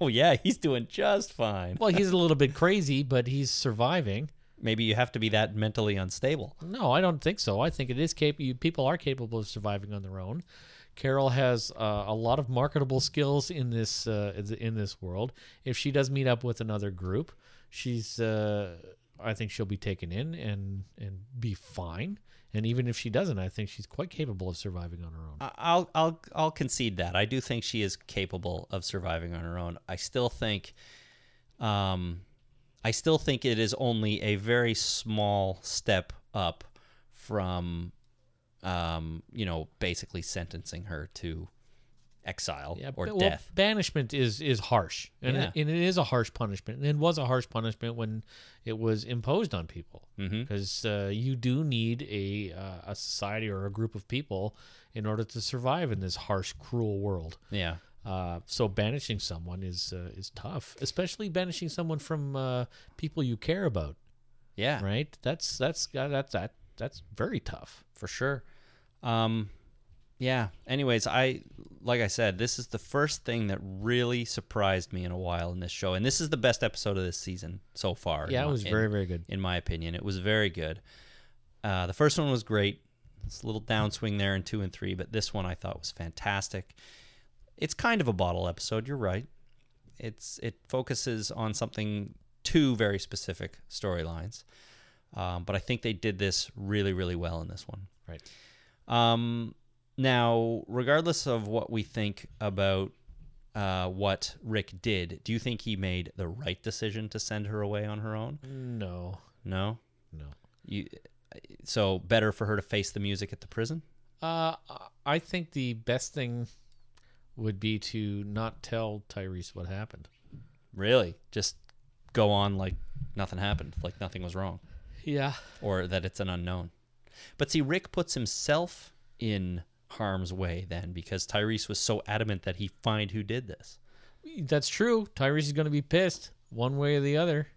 oh yeah, he's doing just fine. Well, he's a little bit crazy, but he's surviving. Maybe you have to be that mentally unstable. No, I don't think so. I think it is capable. People are capable of surviving on their own. Carol has uh, a lot of marketable skills in this uh, in this world. If she does meet up with another group, she's uh, I think she'll be taken in and and be fine. And even if she doesn't, I think she's quite capable of surviving on her own. I- I'll I'll I'll concede that. I do think she is capable of surviving on her own. I still think um I still think it is only a very small step up from um you know basically sentencing her to exile or ba- well, death. Banishment is is harsh, and Yeah. it, and it is a harsh punishment, and it was a harsh punishment when it was imposed on people, Mm-hmm. because uh, you do need a uh, a society or a group of people in order to survive in this harsh, cruel world. Yeah. Uh, so banishing someone is uh, is tough, especially banishing someone from uh, people you care about. Yeah. Right? That's that's uh, that's that that's very tough. for sure. Um, yeah. Anyways, I like I said, this is the first thing that really surprised me in a while in this show, and this is the best episode of this season so far. in Yeah, it my- was in- very very good. in my opinion. It was very good. Uh, the first one was great. It's a little downswing there in two and three, but this one I thought was fantastic. It's kind of a bottle episode. You're right. It's it focuses on something two very specific storylines, um, but I think they did this really really well in this one. Right. Um, now, regardless of what we think about uh, what Rick did, do you think he made the right decision to send her away on her own? No, No. no. You so better for her to face the music at the prison? Uh, I think the best thing would be to not tell Tyrese what happened. Really? Just go on like nothing happened, like nothing was wrong Yeah. or that it's an unknown. But see Rick puts himself in harm's way then because Tyrese was so adamant that he find who did this. That's true. Tyrese is going to be pissed one way or the other.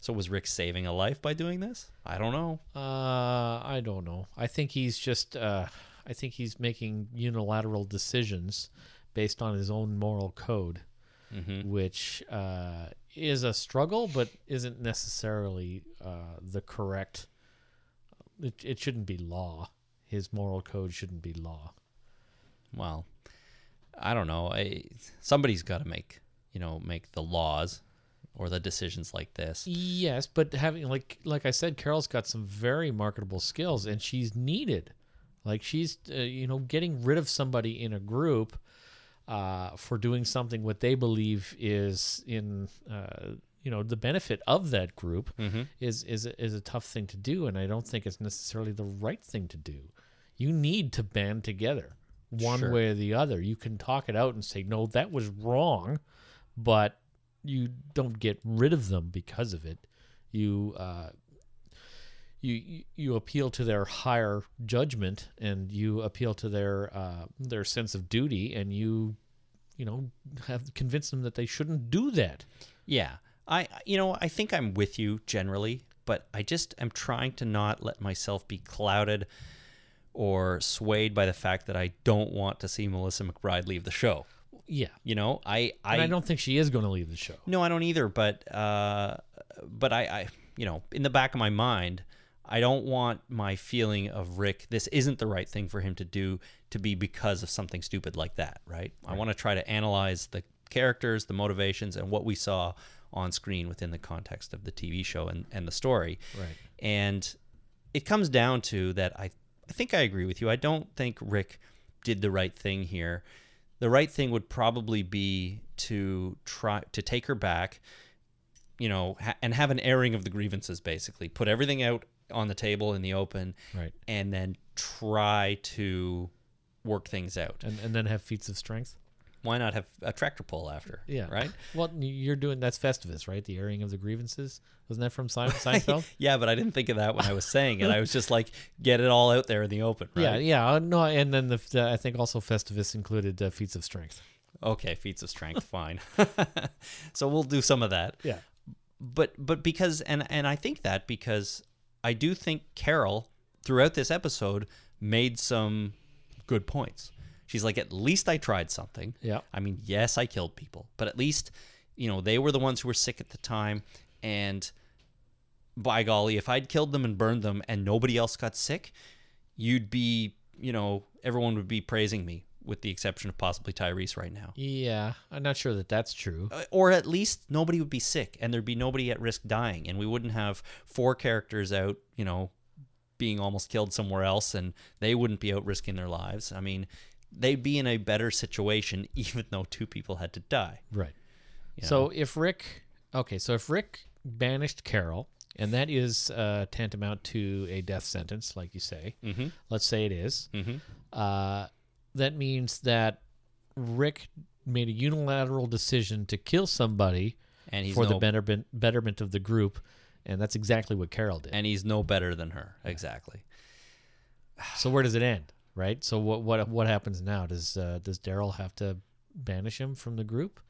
So was Rick saving a life by doing this? I don't know. Uh, I don't know. I think he's just, uh, I think he's making unilateral decisions based on his own moral code, which uh, is a struggle, but isn't necessarily uh, the correct. It, it shouldn't be law. His moral code shouldn't be law. Well, I don't know. I, somebody's got to make, you know, make the laws or the decisions like this. Yes, but having like like I said, Carol's got some very marketable skills, and she's needed. Like she's uh, you know getting rid of somebody in a group uh, for doing something what they believe is in uh, you know the benefit of that group is is a- is a tough thing to do, and I don't think it's necessarily the right thing to do. You need to band together one Sure. way or the other. You can talk it out and say no, that was wrong, but you don't get rid of them because of it. You uh, you you appeal to their higher judgment and you appeal to their uh, their sense of duty and you you know have convinced them that they shouldn't do that. Yeah. I you know, I think I'm with you generally, but I just am trying to not let myself be clouded or swayed by the fact that I don't want to see Melissa McBride leave the show. Yeah, You know, I I, and I, don't think she is going to leave the show. No, I don't either, but uh but I I you know, in the back of my mind, I don't want my feeling of Rick this isn't the right thing for him to do to be because of something stupid like that, right? I want to try to analyze the characters, the motivations and what we saw on screen within the context of the TV show and and the story. Right. And it comes down to that I I think I agree with you. I don't think Rick did the right thing here. The right thing would probably be to try to take her back, you know, ha- and have an airing of the grievances basically. Put everything out on the table in the open Right. and then try to work things out. And and then have feats of strength. Why not have a tractor pull after? Yeah. Right? Well, you're doing that's Festivus, right? The airing of the grievances. Wasn't that from Sein- Seinfeld? Yeah, but I didn't think of that when I was saying it. I was just like, get it all out there in the open, right? Yeah, yeah. uh, No, and then the, the I think also Festivus included uh, feats of strength. Okay, feats of strength, fine. so we'll do some of that. Yeah. But but because and and I think that because I do think Carol throughout this episode made some good points. She's like at least I tried something. Yeah. I mean, yes, I killed people, but at least you know, they were the ones who were sick at the time and by golly, if I'd killed them and burned them and nobody else got sick, you'd be you know, everyone would be praising me, with the exception of possibly Tyrese right now. Yeah, I'm not sure that that's true. Uh, Or at least nobody would be sick and there'd be nobody at risk dying. And we wouldn't have four characters out, you know, being almost killed somewhere else and they wouldn't be out risking their lives. I mean, they'd be in a better situation even though two people had to die. Right. So if Rick, okay, so if Rick banished Carol, and that is uh, tantamount to a death sentence, like you say, mm-hmm. let's say it is, Mm-hmm. uh, that means that Rick made a unilateral decision to kill somebody And he's for the no- betterment, betterment of the group, and that's exactly what Carol did. And he's no better than her. Exactly. so where does it end, right? So what what what happens now? Does uh, does Daryl have to banish him from the group?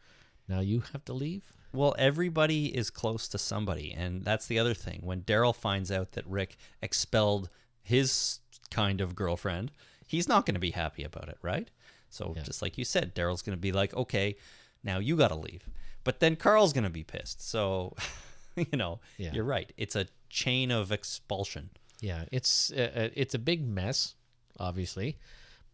Now you have to leave. Well, everybody is close to somebody, and that's the other thing. When Daryl finds out that Rick expelled his kind of girlfriend, he's not going to be happy about it, right? So, just like you said, Daryl's going to be like, "Okay, now you got to leave," but then Carl's going to be pissed. So, you know, Yeah. you're right. It's a chain of expulsion. Yeah, it's uh, uh, it's a big mess, obviously,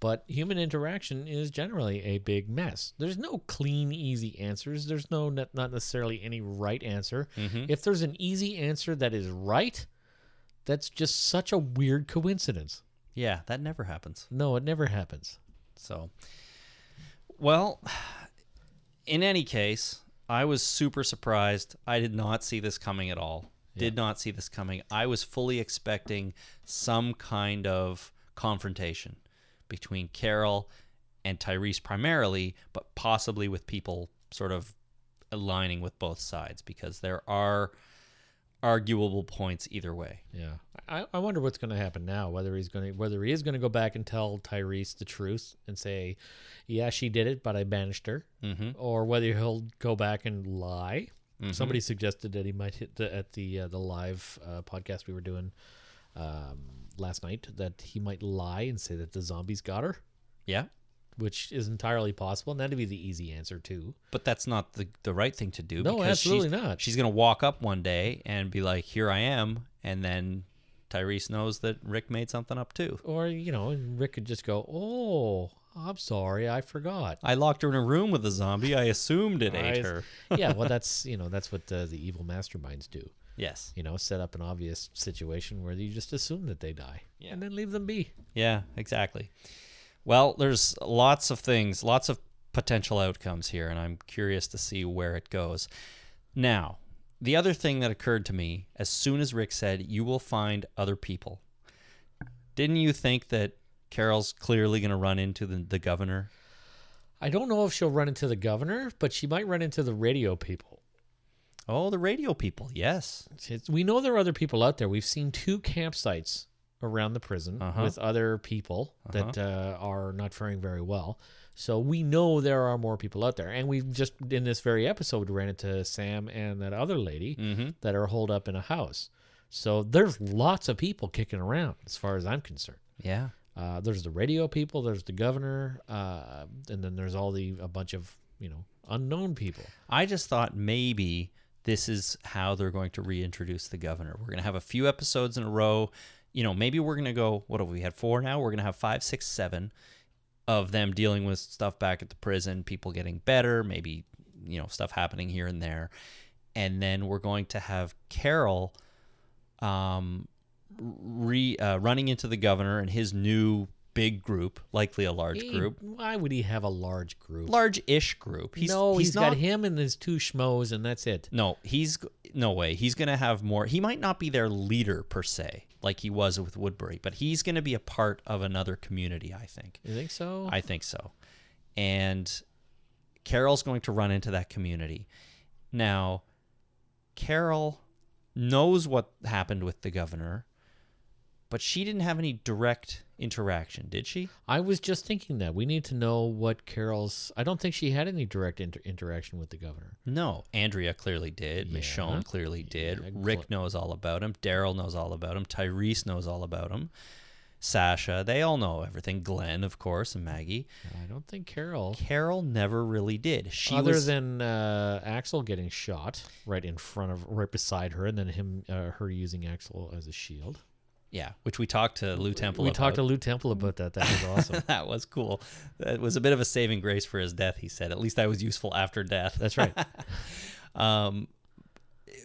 but human interaction is generally a big mess. There's no clean, easy answers. There's no not not necessarily any right answer. If there's an easy answer that is right, that's just such a weird coincidence. Yeah, that never happens. No, it never happens. So, well, in any case, I was super surprised. I did not see this coming at all. Did not see this coming. I was fully expecting some kind of confrontation between Carol and Tyrese primarily, but possibly with people sort of aligning with both sides because there are arguable points either way. Yeah, I, I wonder what's going to happen now. Whether he's going to whether he is going to go back and tell Tyrese the truth and say, "Yeah, she did it, but I banished her," mm-hmm. or whether he'll go back and lie. Mm-hmm. Somebody suggested that he might hit the, at the uh, the live uh, podcast we were doing um, last night that he might lie and say that the zombies got her, Yeah. which is entirely possible, and that'd be the easy answer too. But that's not the, the right thing to do. No, because absolutely she's- not. She's going to walk up one day and be like, "Here I am," and then Tyrese knows that Rick made something up too. Or you know, and Rick could just go, "Oh, I'm sorry, I forgot." I locked her in a room with a zombie. I assumed it I- ate her. yeah, well, that's you know that's what uh, the, the evil masterminds do. Yes. You know, set up an obvious situation where you just assume that they die, Yeah. and then leave them be. Yeah. Exactly. Well, there's lots of things, lots of potential outcomes here, and I'm curious to see where it goes. Now, the other thing that occurred to me as soon as Rick said, "You will find other people," didn't you think that? Carol's clearly going to run into the, the governor I don't know if she'll run into the governor, but she might run into the radio people. Oh, the radio people. Yes. It's- we know there are other people out there. We've seen two campsites around the prison Uh-huh. with other people that uh, are not faring very well. So we know there are more people out there, and we just in this very episode ran into Sam and that other lady that are holed up in a house. So there's lots of people kicking around, as far as I'm concerned. Yeah. Uh, there's the radio people, there's the governor, uh, and then there's all the a bunch of you know unknown people. I just thought maybe this is how they're going to reintroduce the governor. We're going to have a few episodes in a row. You know, maybe we're going to go, what have we had four now? We're going to have five, six, seven of them dealing with stuff back at the prison, people getting better, maybe, you know, stuff happening here and there. And then we're going to have Carol um, re uh, running into the governor and his new big group, likely a large He- group. Why would he have a large group? large-ish group. He's, no, he's, he's not. got him and his two schmoes, and that's it. No, he's g- no way. He's gonna have more. He might not be their leader per se, like he was with Woodbury, but he's gonna be a part of another community. I think. You think so? I think so. And Carol's going to run into that community. Now, Carol knows what happened with the governor, but she didn't have any direct interaction, did she? I was just thinking that we need to know what Carol's. I don't think she had any direct inter- interaction with the governor. No, Andrea clearly did. Michonne clearly did. Rick knows all about him. Daryl knows all about him. Tyrese knows all about him. Sasha, they all know everything. Glenn, of course, and Maggie. I don't think Carol, Carol never really did. She other was than uh, Axel getting shot right in front of, right beside her, and then him, uh, her using Axel as a shield. Yeah, which we talked to Lou Temple. we talked to about. Lou Temple about that. That was awesome. that was cool. That was a bit of a saving grace for his death. He said, "At least I was useful after death." That's right. um,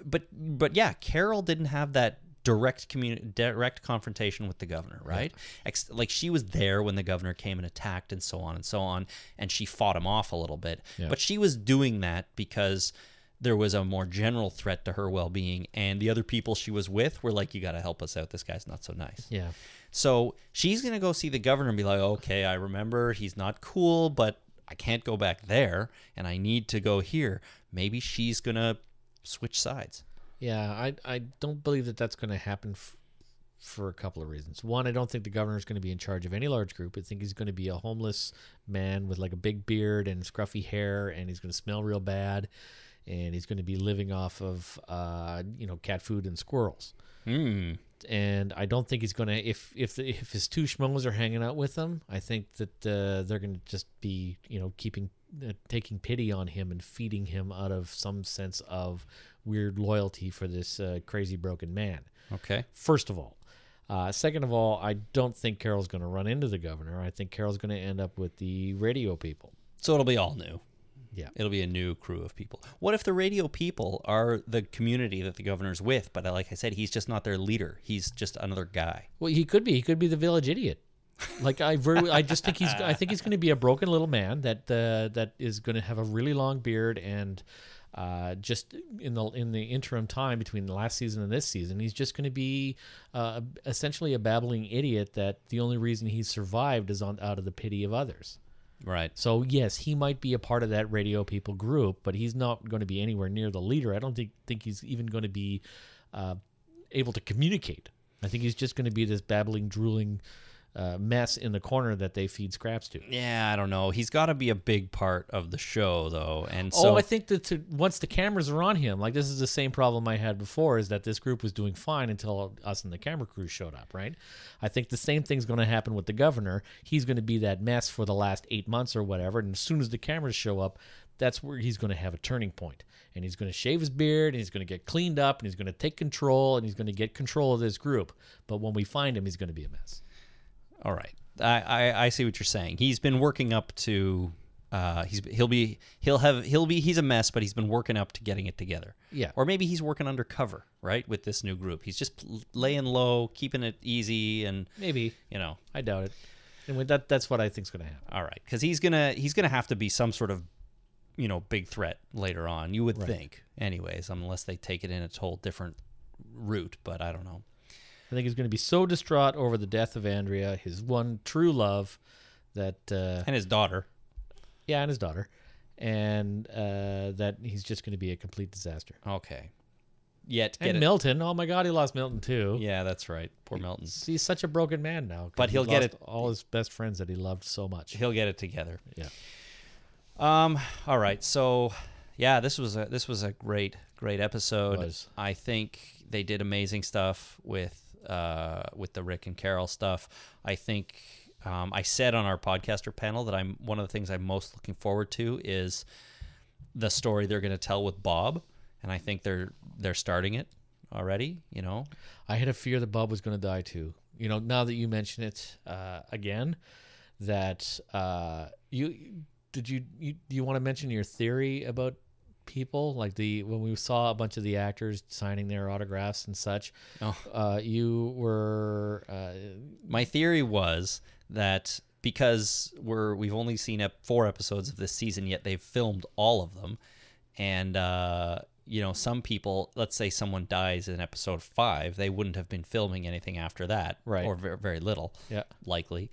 but but yeah, Carol didn't have that direct communi- direct confrontation with the governor, right? Ex- like she was there when the governor came and attacked and so on and so on, and she fought him off a little bit. Yeah. But she was doing that because there was a more general threat to her well-being and the other people she was with were like you got to help us out this guy's not so nice Yeah. so she's going to go see the governor and be like, okay, I remember he's not cool, but I can't go back there and I need to go here. Maybe she's going to switch sides. Yeah, I I don't believe that that's going to happen f- for a couple of reasons. One, I don't think the governor's going to be in charge of any large group. I think he's going to be a homeless man with like a big beard and scruffy hair, and he's going to smell real bad, and he's going to be living off of uh, you know cat food and squirrels. Hmm, Mm. And I don't think he's going to if if the, if his two schmoes are hanging out with him, I think that uh, they're going to just be you know keeping uh, taking pity on him and feeding him out of some sense of weird loyalty for this uh, crazy broken man. Okay. First of all. Uh, second of all, I don't think Carol's going to run into the governor. I think Carol's going to end up with the radio people. So it'll be all new. Yeah. It'll be a new crew of people. What if the radio people are the community that the governor's with? But like I said, he's just not their leader. He's just another guy. Well, he could be. He could be the village idiot. Like I, very, I just think he's. I think he's going to be a broken little man that uh, that is going to have a really long beard and uh, just in the in the interim time between the last season and this season, he's just going to be uh, essentially a babbling idiot that the only reason he's survived is on out of the pity of others. Right. So yes, he might be a part of that radio people group, but he's not going to be anywhere near the leader. I don't think think he's even going to be uh, able to communicate. I think he's just going to be this babbling, drooling uh, mess in the corner that they feed scraps to. Yeah, I don't know. He's got to be a big part of the show, though. And so oh, I think that to, once the cameras are on him, like this is the same problem I had before, is that this group was doing fine until us and the camera crew showed up, right? I think the same thing's going to happen with the governor. He's going to be that mess for the last eight months or whatever, and as soon as the cameras show up, that's where he's going to have a turning point, and he's going to shave his beard, and he's going to get cleaned up, and he's going to take control, and he's going to get control of this group. But when we find him, he's going to be a mess. All right, I, I I see what you're saying. He's been working up to. Uh, he's he'll be he'll have he'll be he's a mess, but he's been working up to getting it together. Yeah. Or maybe he's working undercover, right, with this new group. He's just pl- laying low, keeping it easy, and Maybe you know, I doubt it. And with that, that's what I think's going to happen. all right, because he's gonna he's gonna have to be some sort of you know big threat later on. You would think, anyways, unless they take it in a whole different route. But I don't know. I think he's going to be so distraught over the death of Andrea, his one true love, that uh, And his daughter. yeah, and his daughter, and uh, that he's just going to be a complete disaster. Okay. Yet get And it- Milton, oh my God, he lost Milton too. Yeah, that's right. Poor Melton. He's such a broken man now. 'cause But he he'll get lost it- All his best friends that he loved so much. He'll get it together. Yeah. Um. All right. So, yeah, this was a this was a great great episode. Was. I think they did amazing stuff with uh with the Rick and Carol stuff. I think um, I said on our podcaster panel that I'm one of the things I'm most looking forward to is the story they're going to tell with Bob, and I think they're they're starting it already. You know. I had a fear that Bob was going to die too. You know, now that you mention it uh, again, that uh, you did you, you do you want to mention your theory about people like the when we saw a bunch of the actors signing their autographs and such? Oh. Uh, you were uh, my theory was that because we're we've only seen ep- four episodes of this season yet they've filmed all of them and uh you know some people let's say someone dies in episode five they wouldn't have been filming anything after that Right. or very, very little Yeah. likely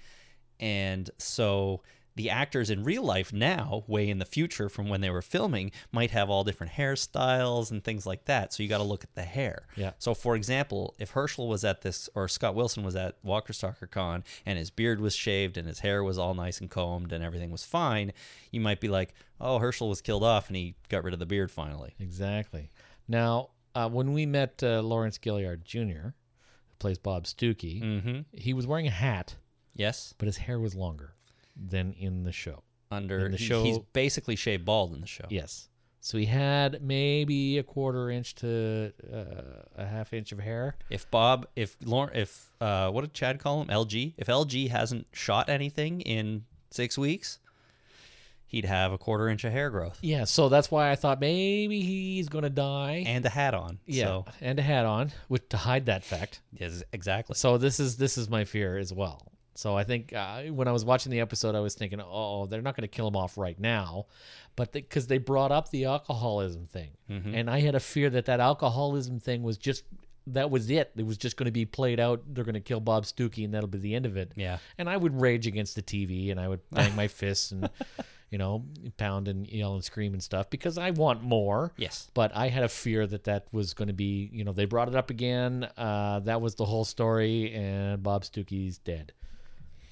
and so the actors in real life now way in the future from when they were filming might have all different hairstyles and things like that so you got to look at the hair Yeah. so, for example, if Herschel was at this, or Scott Wilson was at Walker Stalker Con, and his beard was shaved and his hair was all nice and combed and everything was fine, you might be like, "Oh, Herschel was killed off and he got rid of the beard finally." Exactly. Now, uh, when we met uh, Lawrence Gilliard Jr., who plays Bob Stuckey, Mm-hmm. he was wearing a hat, Yes, but his hair was longer than in the show. under In the he- show- he's basically shaved bald in the show. Yes. So he had maybe a quarter inch to uh, a half inch of hair. If Bob, if Lauren, if uh, what did Chad call him? LG. If LG hasn't shot anything in six weeks, he'd have a quarter inch of hair growth Yeah, so that's why I thought maybe he's gonna die. and a hat on. yeah, So, and a hat on, which to hide that fact. yes, exactly. So this is this is my fear as well. So I think uh, when I was watching the episode, I was thinking, oh, they're not going to kill him off right now, but because they brought up the alcoholism thing, Mm-hmm. and I had a fear that that alcoholism thing was just that was it. It was just going to be played out. They're going to kill Bob Stuckey, and that'll be the end of it. Yeah. And I would rage against the TV, and I would bang my fists and. You know, pound and yell and scream and stuff because I want more Yes. but I had a fear that that was going to be, you know, they brought it up again. Uh, that was the whole story, and Bob Stuckey's dead.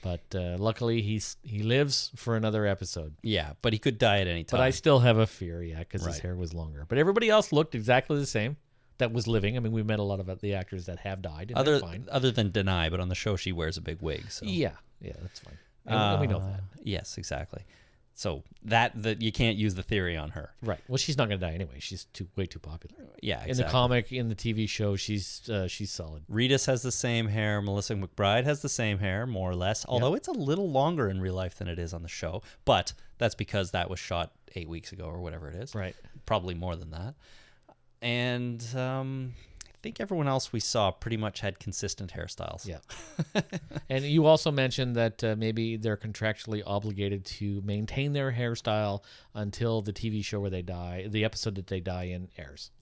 But uh, luckily, he's he lives for another episode. Yeah, but he could die at any time. But I still have a fear, yeah, because his Right. hair was longer. But everybody else looked exactly the same. That was living. I mean, we met a lot of uh, the actors that have died. And other that's fine. other than deny, but on the show she wears a big wig. So yeah, yeah, that's fine. And we know Uh, that, Yes, exactly. So that that you can't use the theory on her. right? Well, she's not going to die anyway. She's too way too popular. Yeah, In exactly. the comic, in the TV show, she's uh, she's solid. Redis has the same hair. Melissa McBride has the same hair, more or less. Although it's a little longer in real life than it is on the show, but that's because that was shot eight weeks ago or whatever it is. Right. Probably more than that. And um, I think everyone else we saw pretty much had consistent hairstyles. Yeah. and you also mentioned that uh, maybe they're contractually obligated to maintain their hairstyle until the TV show where they die, the episode that they die in airs.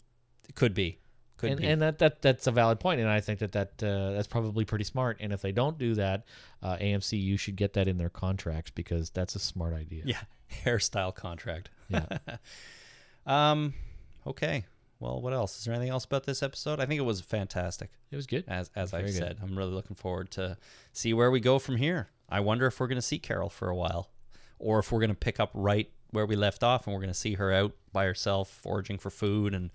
It could be. Could And, be. and that, that that's a valid point, and I think that, that uh, that's probably pretty smart. And if they don't do that, uh, AMC, you should get that in their contracts because that's a smart idea. yeah. Hairstyle contract. Yeah. um, okay. Well, what else? Is there anything else about this episode? I think it was fantastic. It was good. as as I Very good. said, I'm really looking forward to see where we go from here. I wonder if we're going to see Carol for a while, or if we're going to pick up right where we left off, and we're going to see her out by herself foraging for food and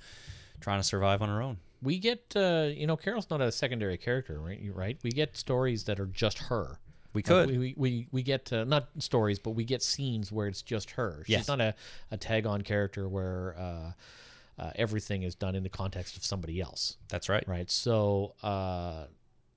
trying to survive on her own. We get, uh, you know, Carol's not a secondary character, right? You- Right? We get stories that are just her. We Like, could, we, we, we, we get uh, not stories, but we get scenes where it's just her. She's Yes. not a, a tag on character where uh, uh, everything is done in the context of somebody else, that's right. right? So uh,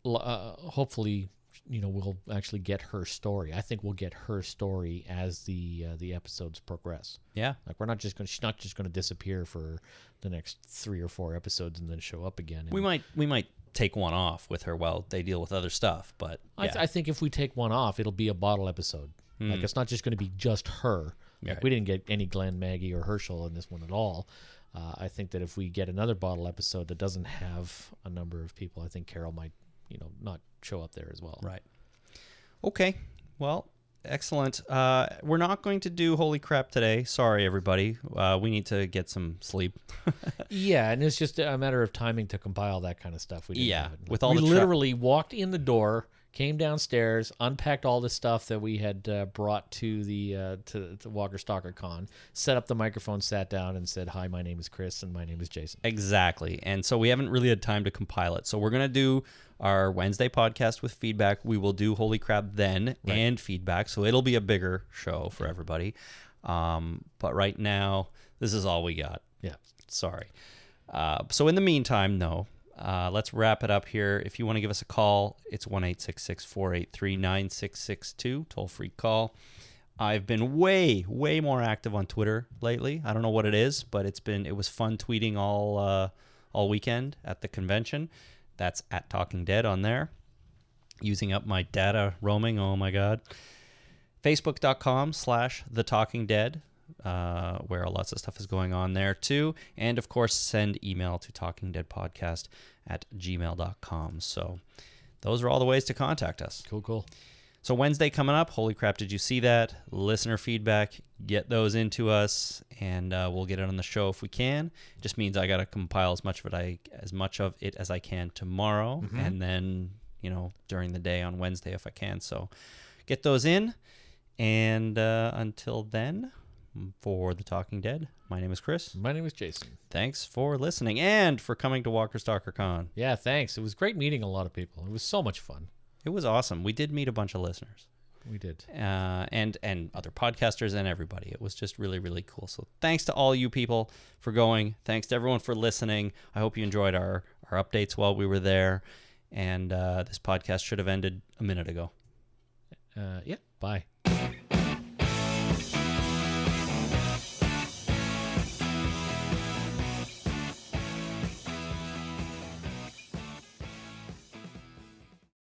l- uh, hopefully, you know, we'll actually get her story. I think we'll get her story as the uh, the episodes progress. Yeah, Like we're not just going. to She's not just going to disappear for the next three or four episodes and then show up again. and- we might we might take one off with her while they deal with other stuff, but I, yeah. th- Hmm. I think if we take one off, it'll be a bottle episode. Like it's not just going to be just her. Like, Right. We didn't get any Glenn, Maggie, or Herschel in this one at all. Uh, I think that if we get another bottle episode that doesn't have a number of people, I think Carol might, you know, not show up there as well. Right. Okay. Well, excellent. Uh, we're not going to do holy crap today. Sorry, everybody. Uh, we need to get some sleep. Yeah, and it's just a matter of timing to compile that kind of stuff. We didn't Yeah, have it. with all we the tra- literally walked in the door, came downstairs, unpacked all the stuff that we had uh, brought to the uh, to, to Walker Stalker Con, set up the microphone, sat down, and said, "Hi, my name is Chris, and my name is Jason." Exactly. And so we haven't really had time to compile it. So we're going to do our Wednesday podcast with feedback. We will do Holy Crap then and feedback. So it'll be a bigger show for everybody. Um, but right now, this is all we got. Yeah, Sorry. Uh, so in the meantime, though, uh, let's wrap it up here. If you want to give us a call, it's 1 483 9662, toll free call. I've been way, way more active on Twitter lately. I don't know what it is, but it's been it was fun tweeting all uh, all weekend at the convention. That's at Talking Dead on there. Using up my data roaming. Oh my god facebook.com slash the talking dead uh, where lots of stuff is going on there too and of course send email to talking dead podcast at gmail.com so those are all the ways to contact us cool, cool. so wednesday coming up holy crap did you see that listener feedback get those into us and uh, we'll get it on the show if we can just means i gotta compile as much of it i as much of it as i can tomorrow and then you know during the day on wednesday if i can so get those in and uh, until then, for The Talking Dead, my name is Chris. My name is Jason. Thanks for listening and for coming to Walker Stalker Con. Yeah, thanks. It was great meeting a lot of people. It was so much fun. It was awesome. We did meet a bunch of listeners. we did. uh, and and other podcasters and everybody. It was just really really cool. So thanks to all you people for going. Thanks to everyone for listening. I hope you enjoyed our our updates while we were there. And uh, this podcast should have ended a minute ago. Uh, yeah. Bye.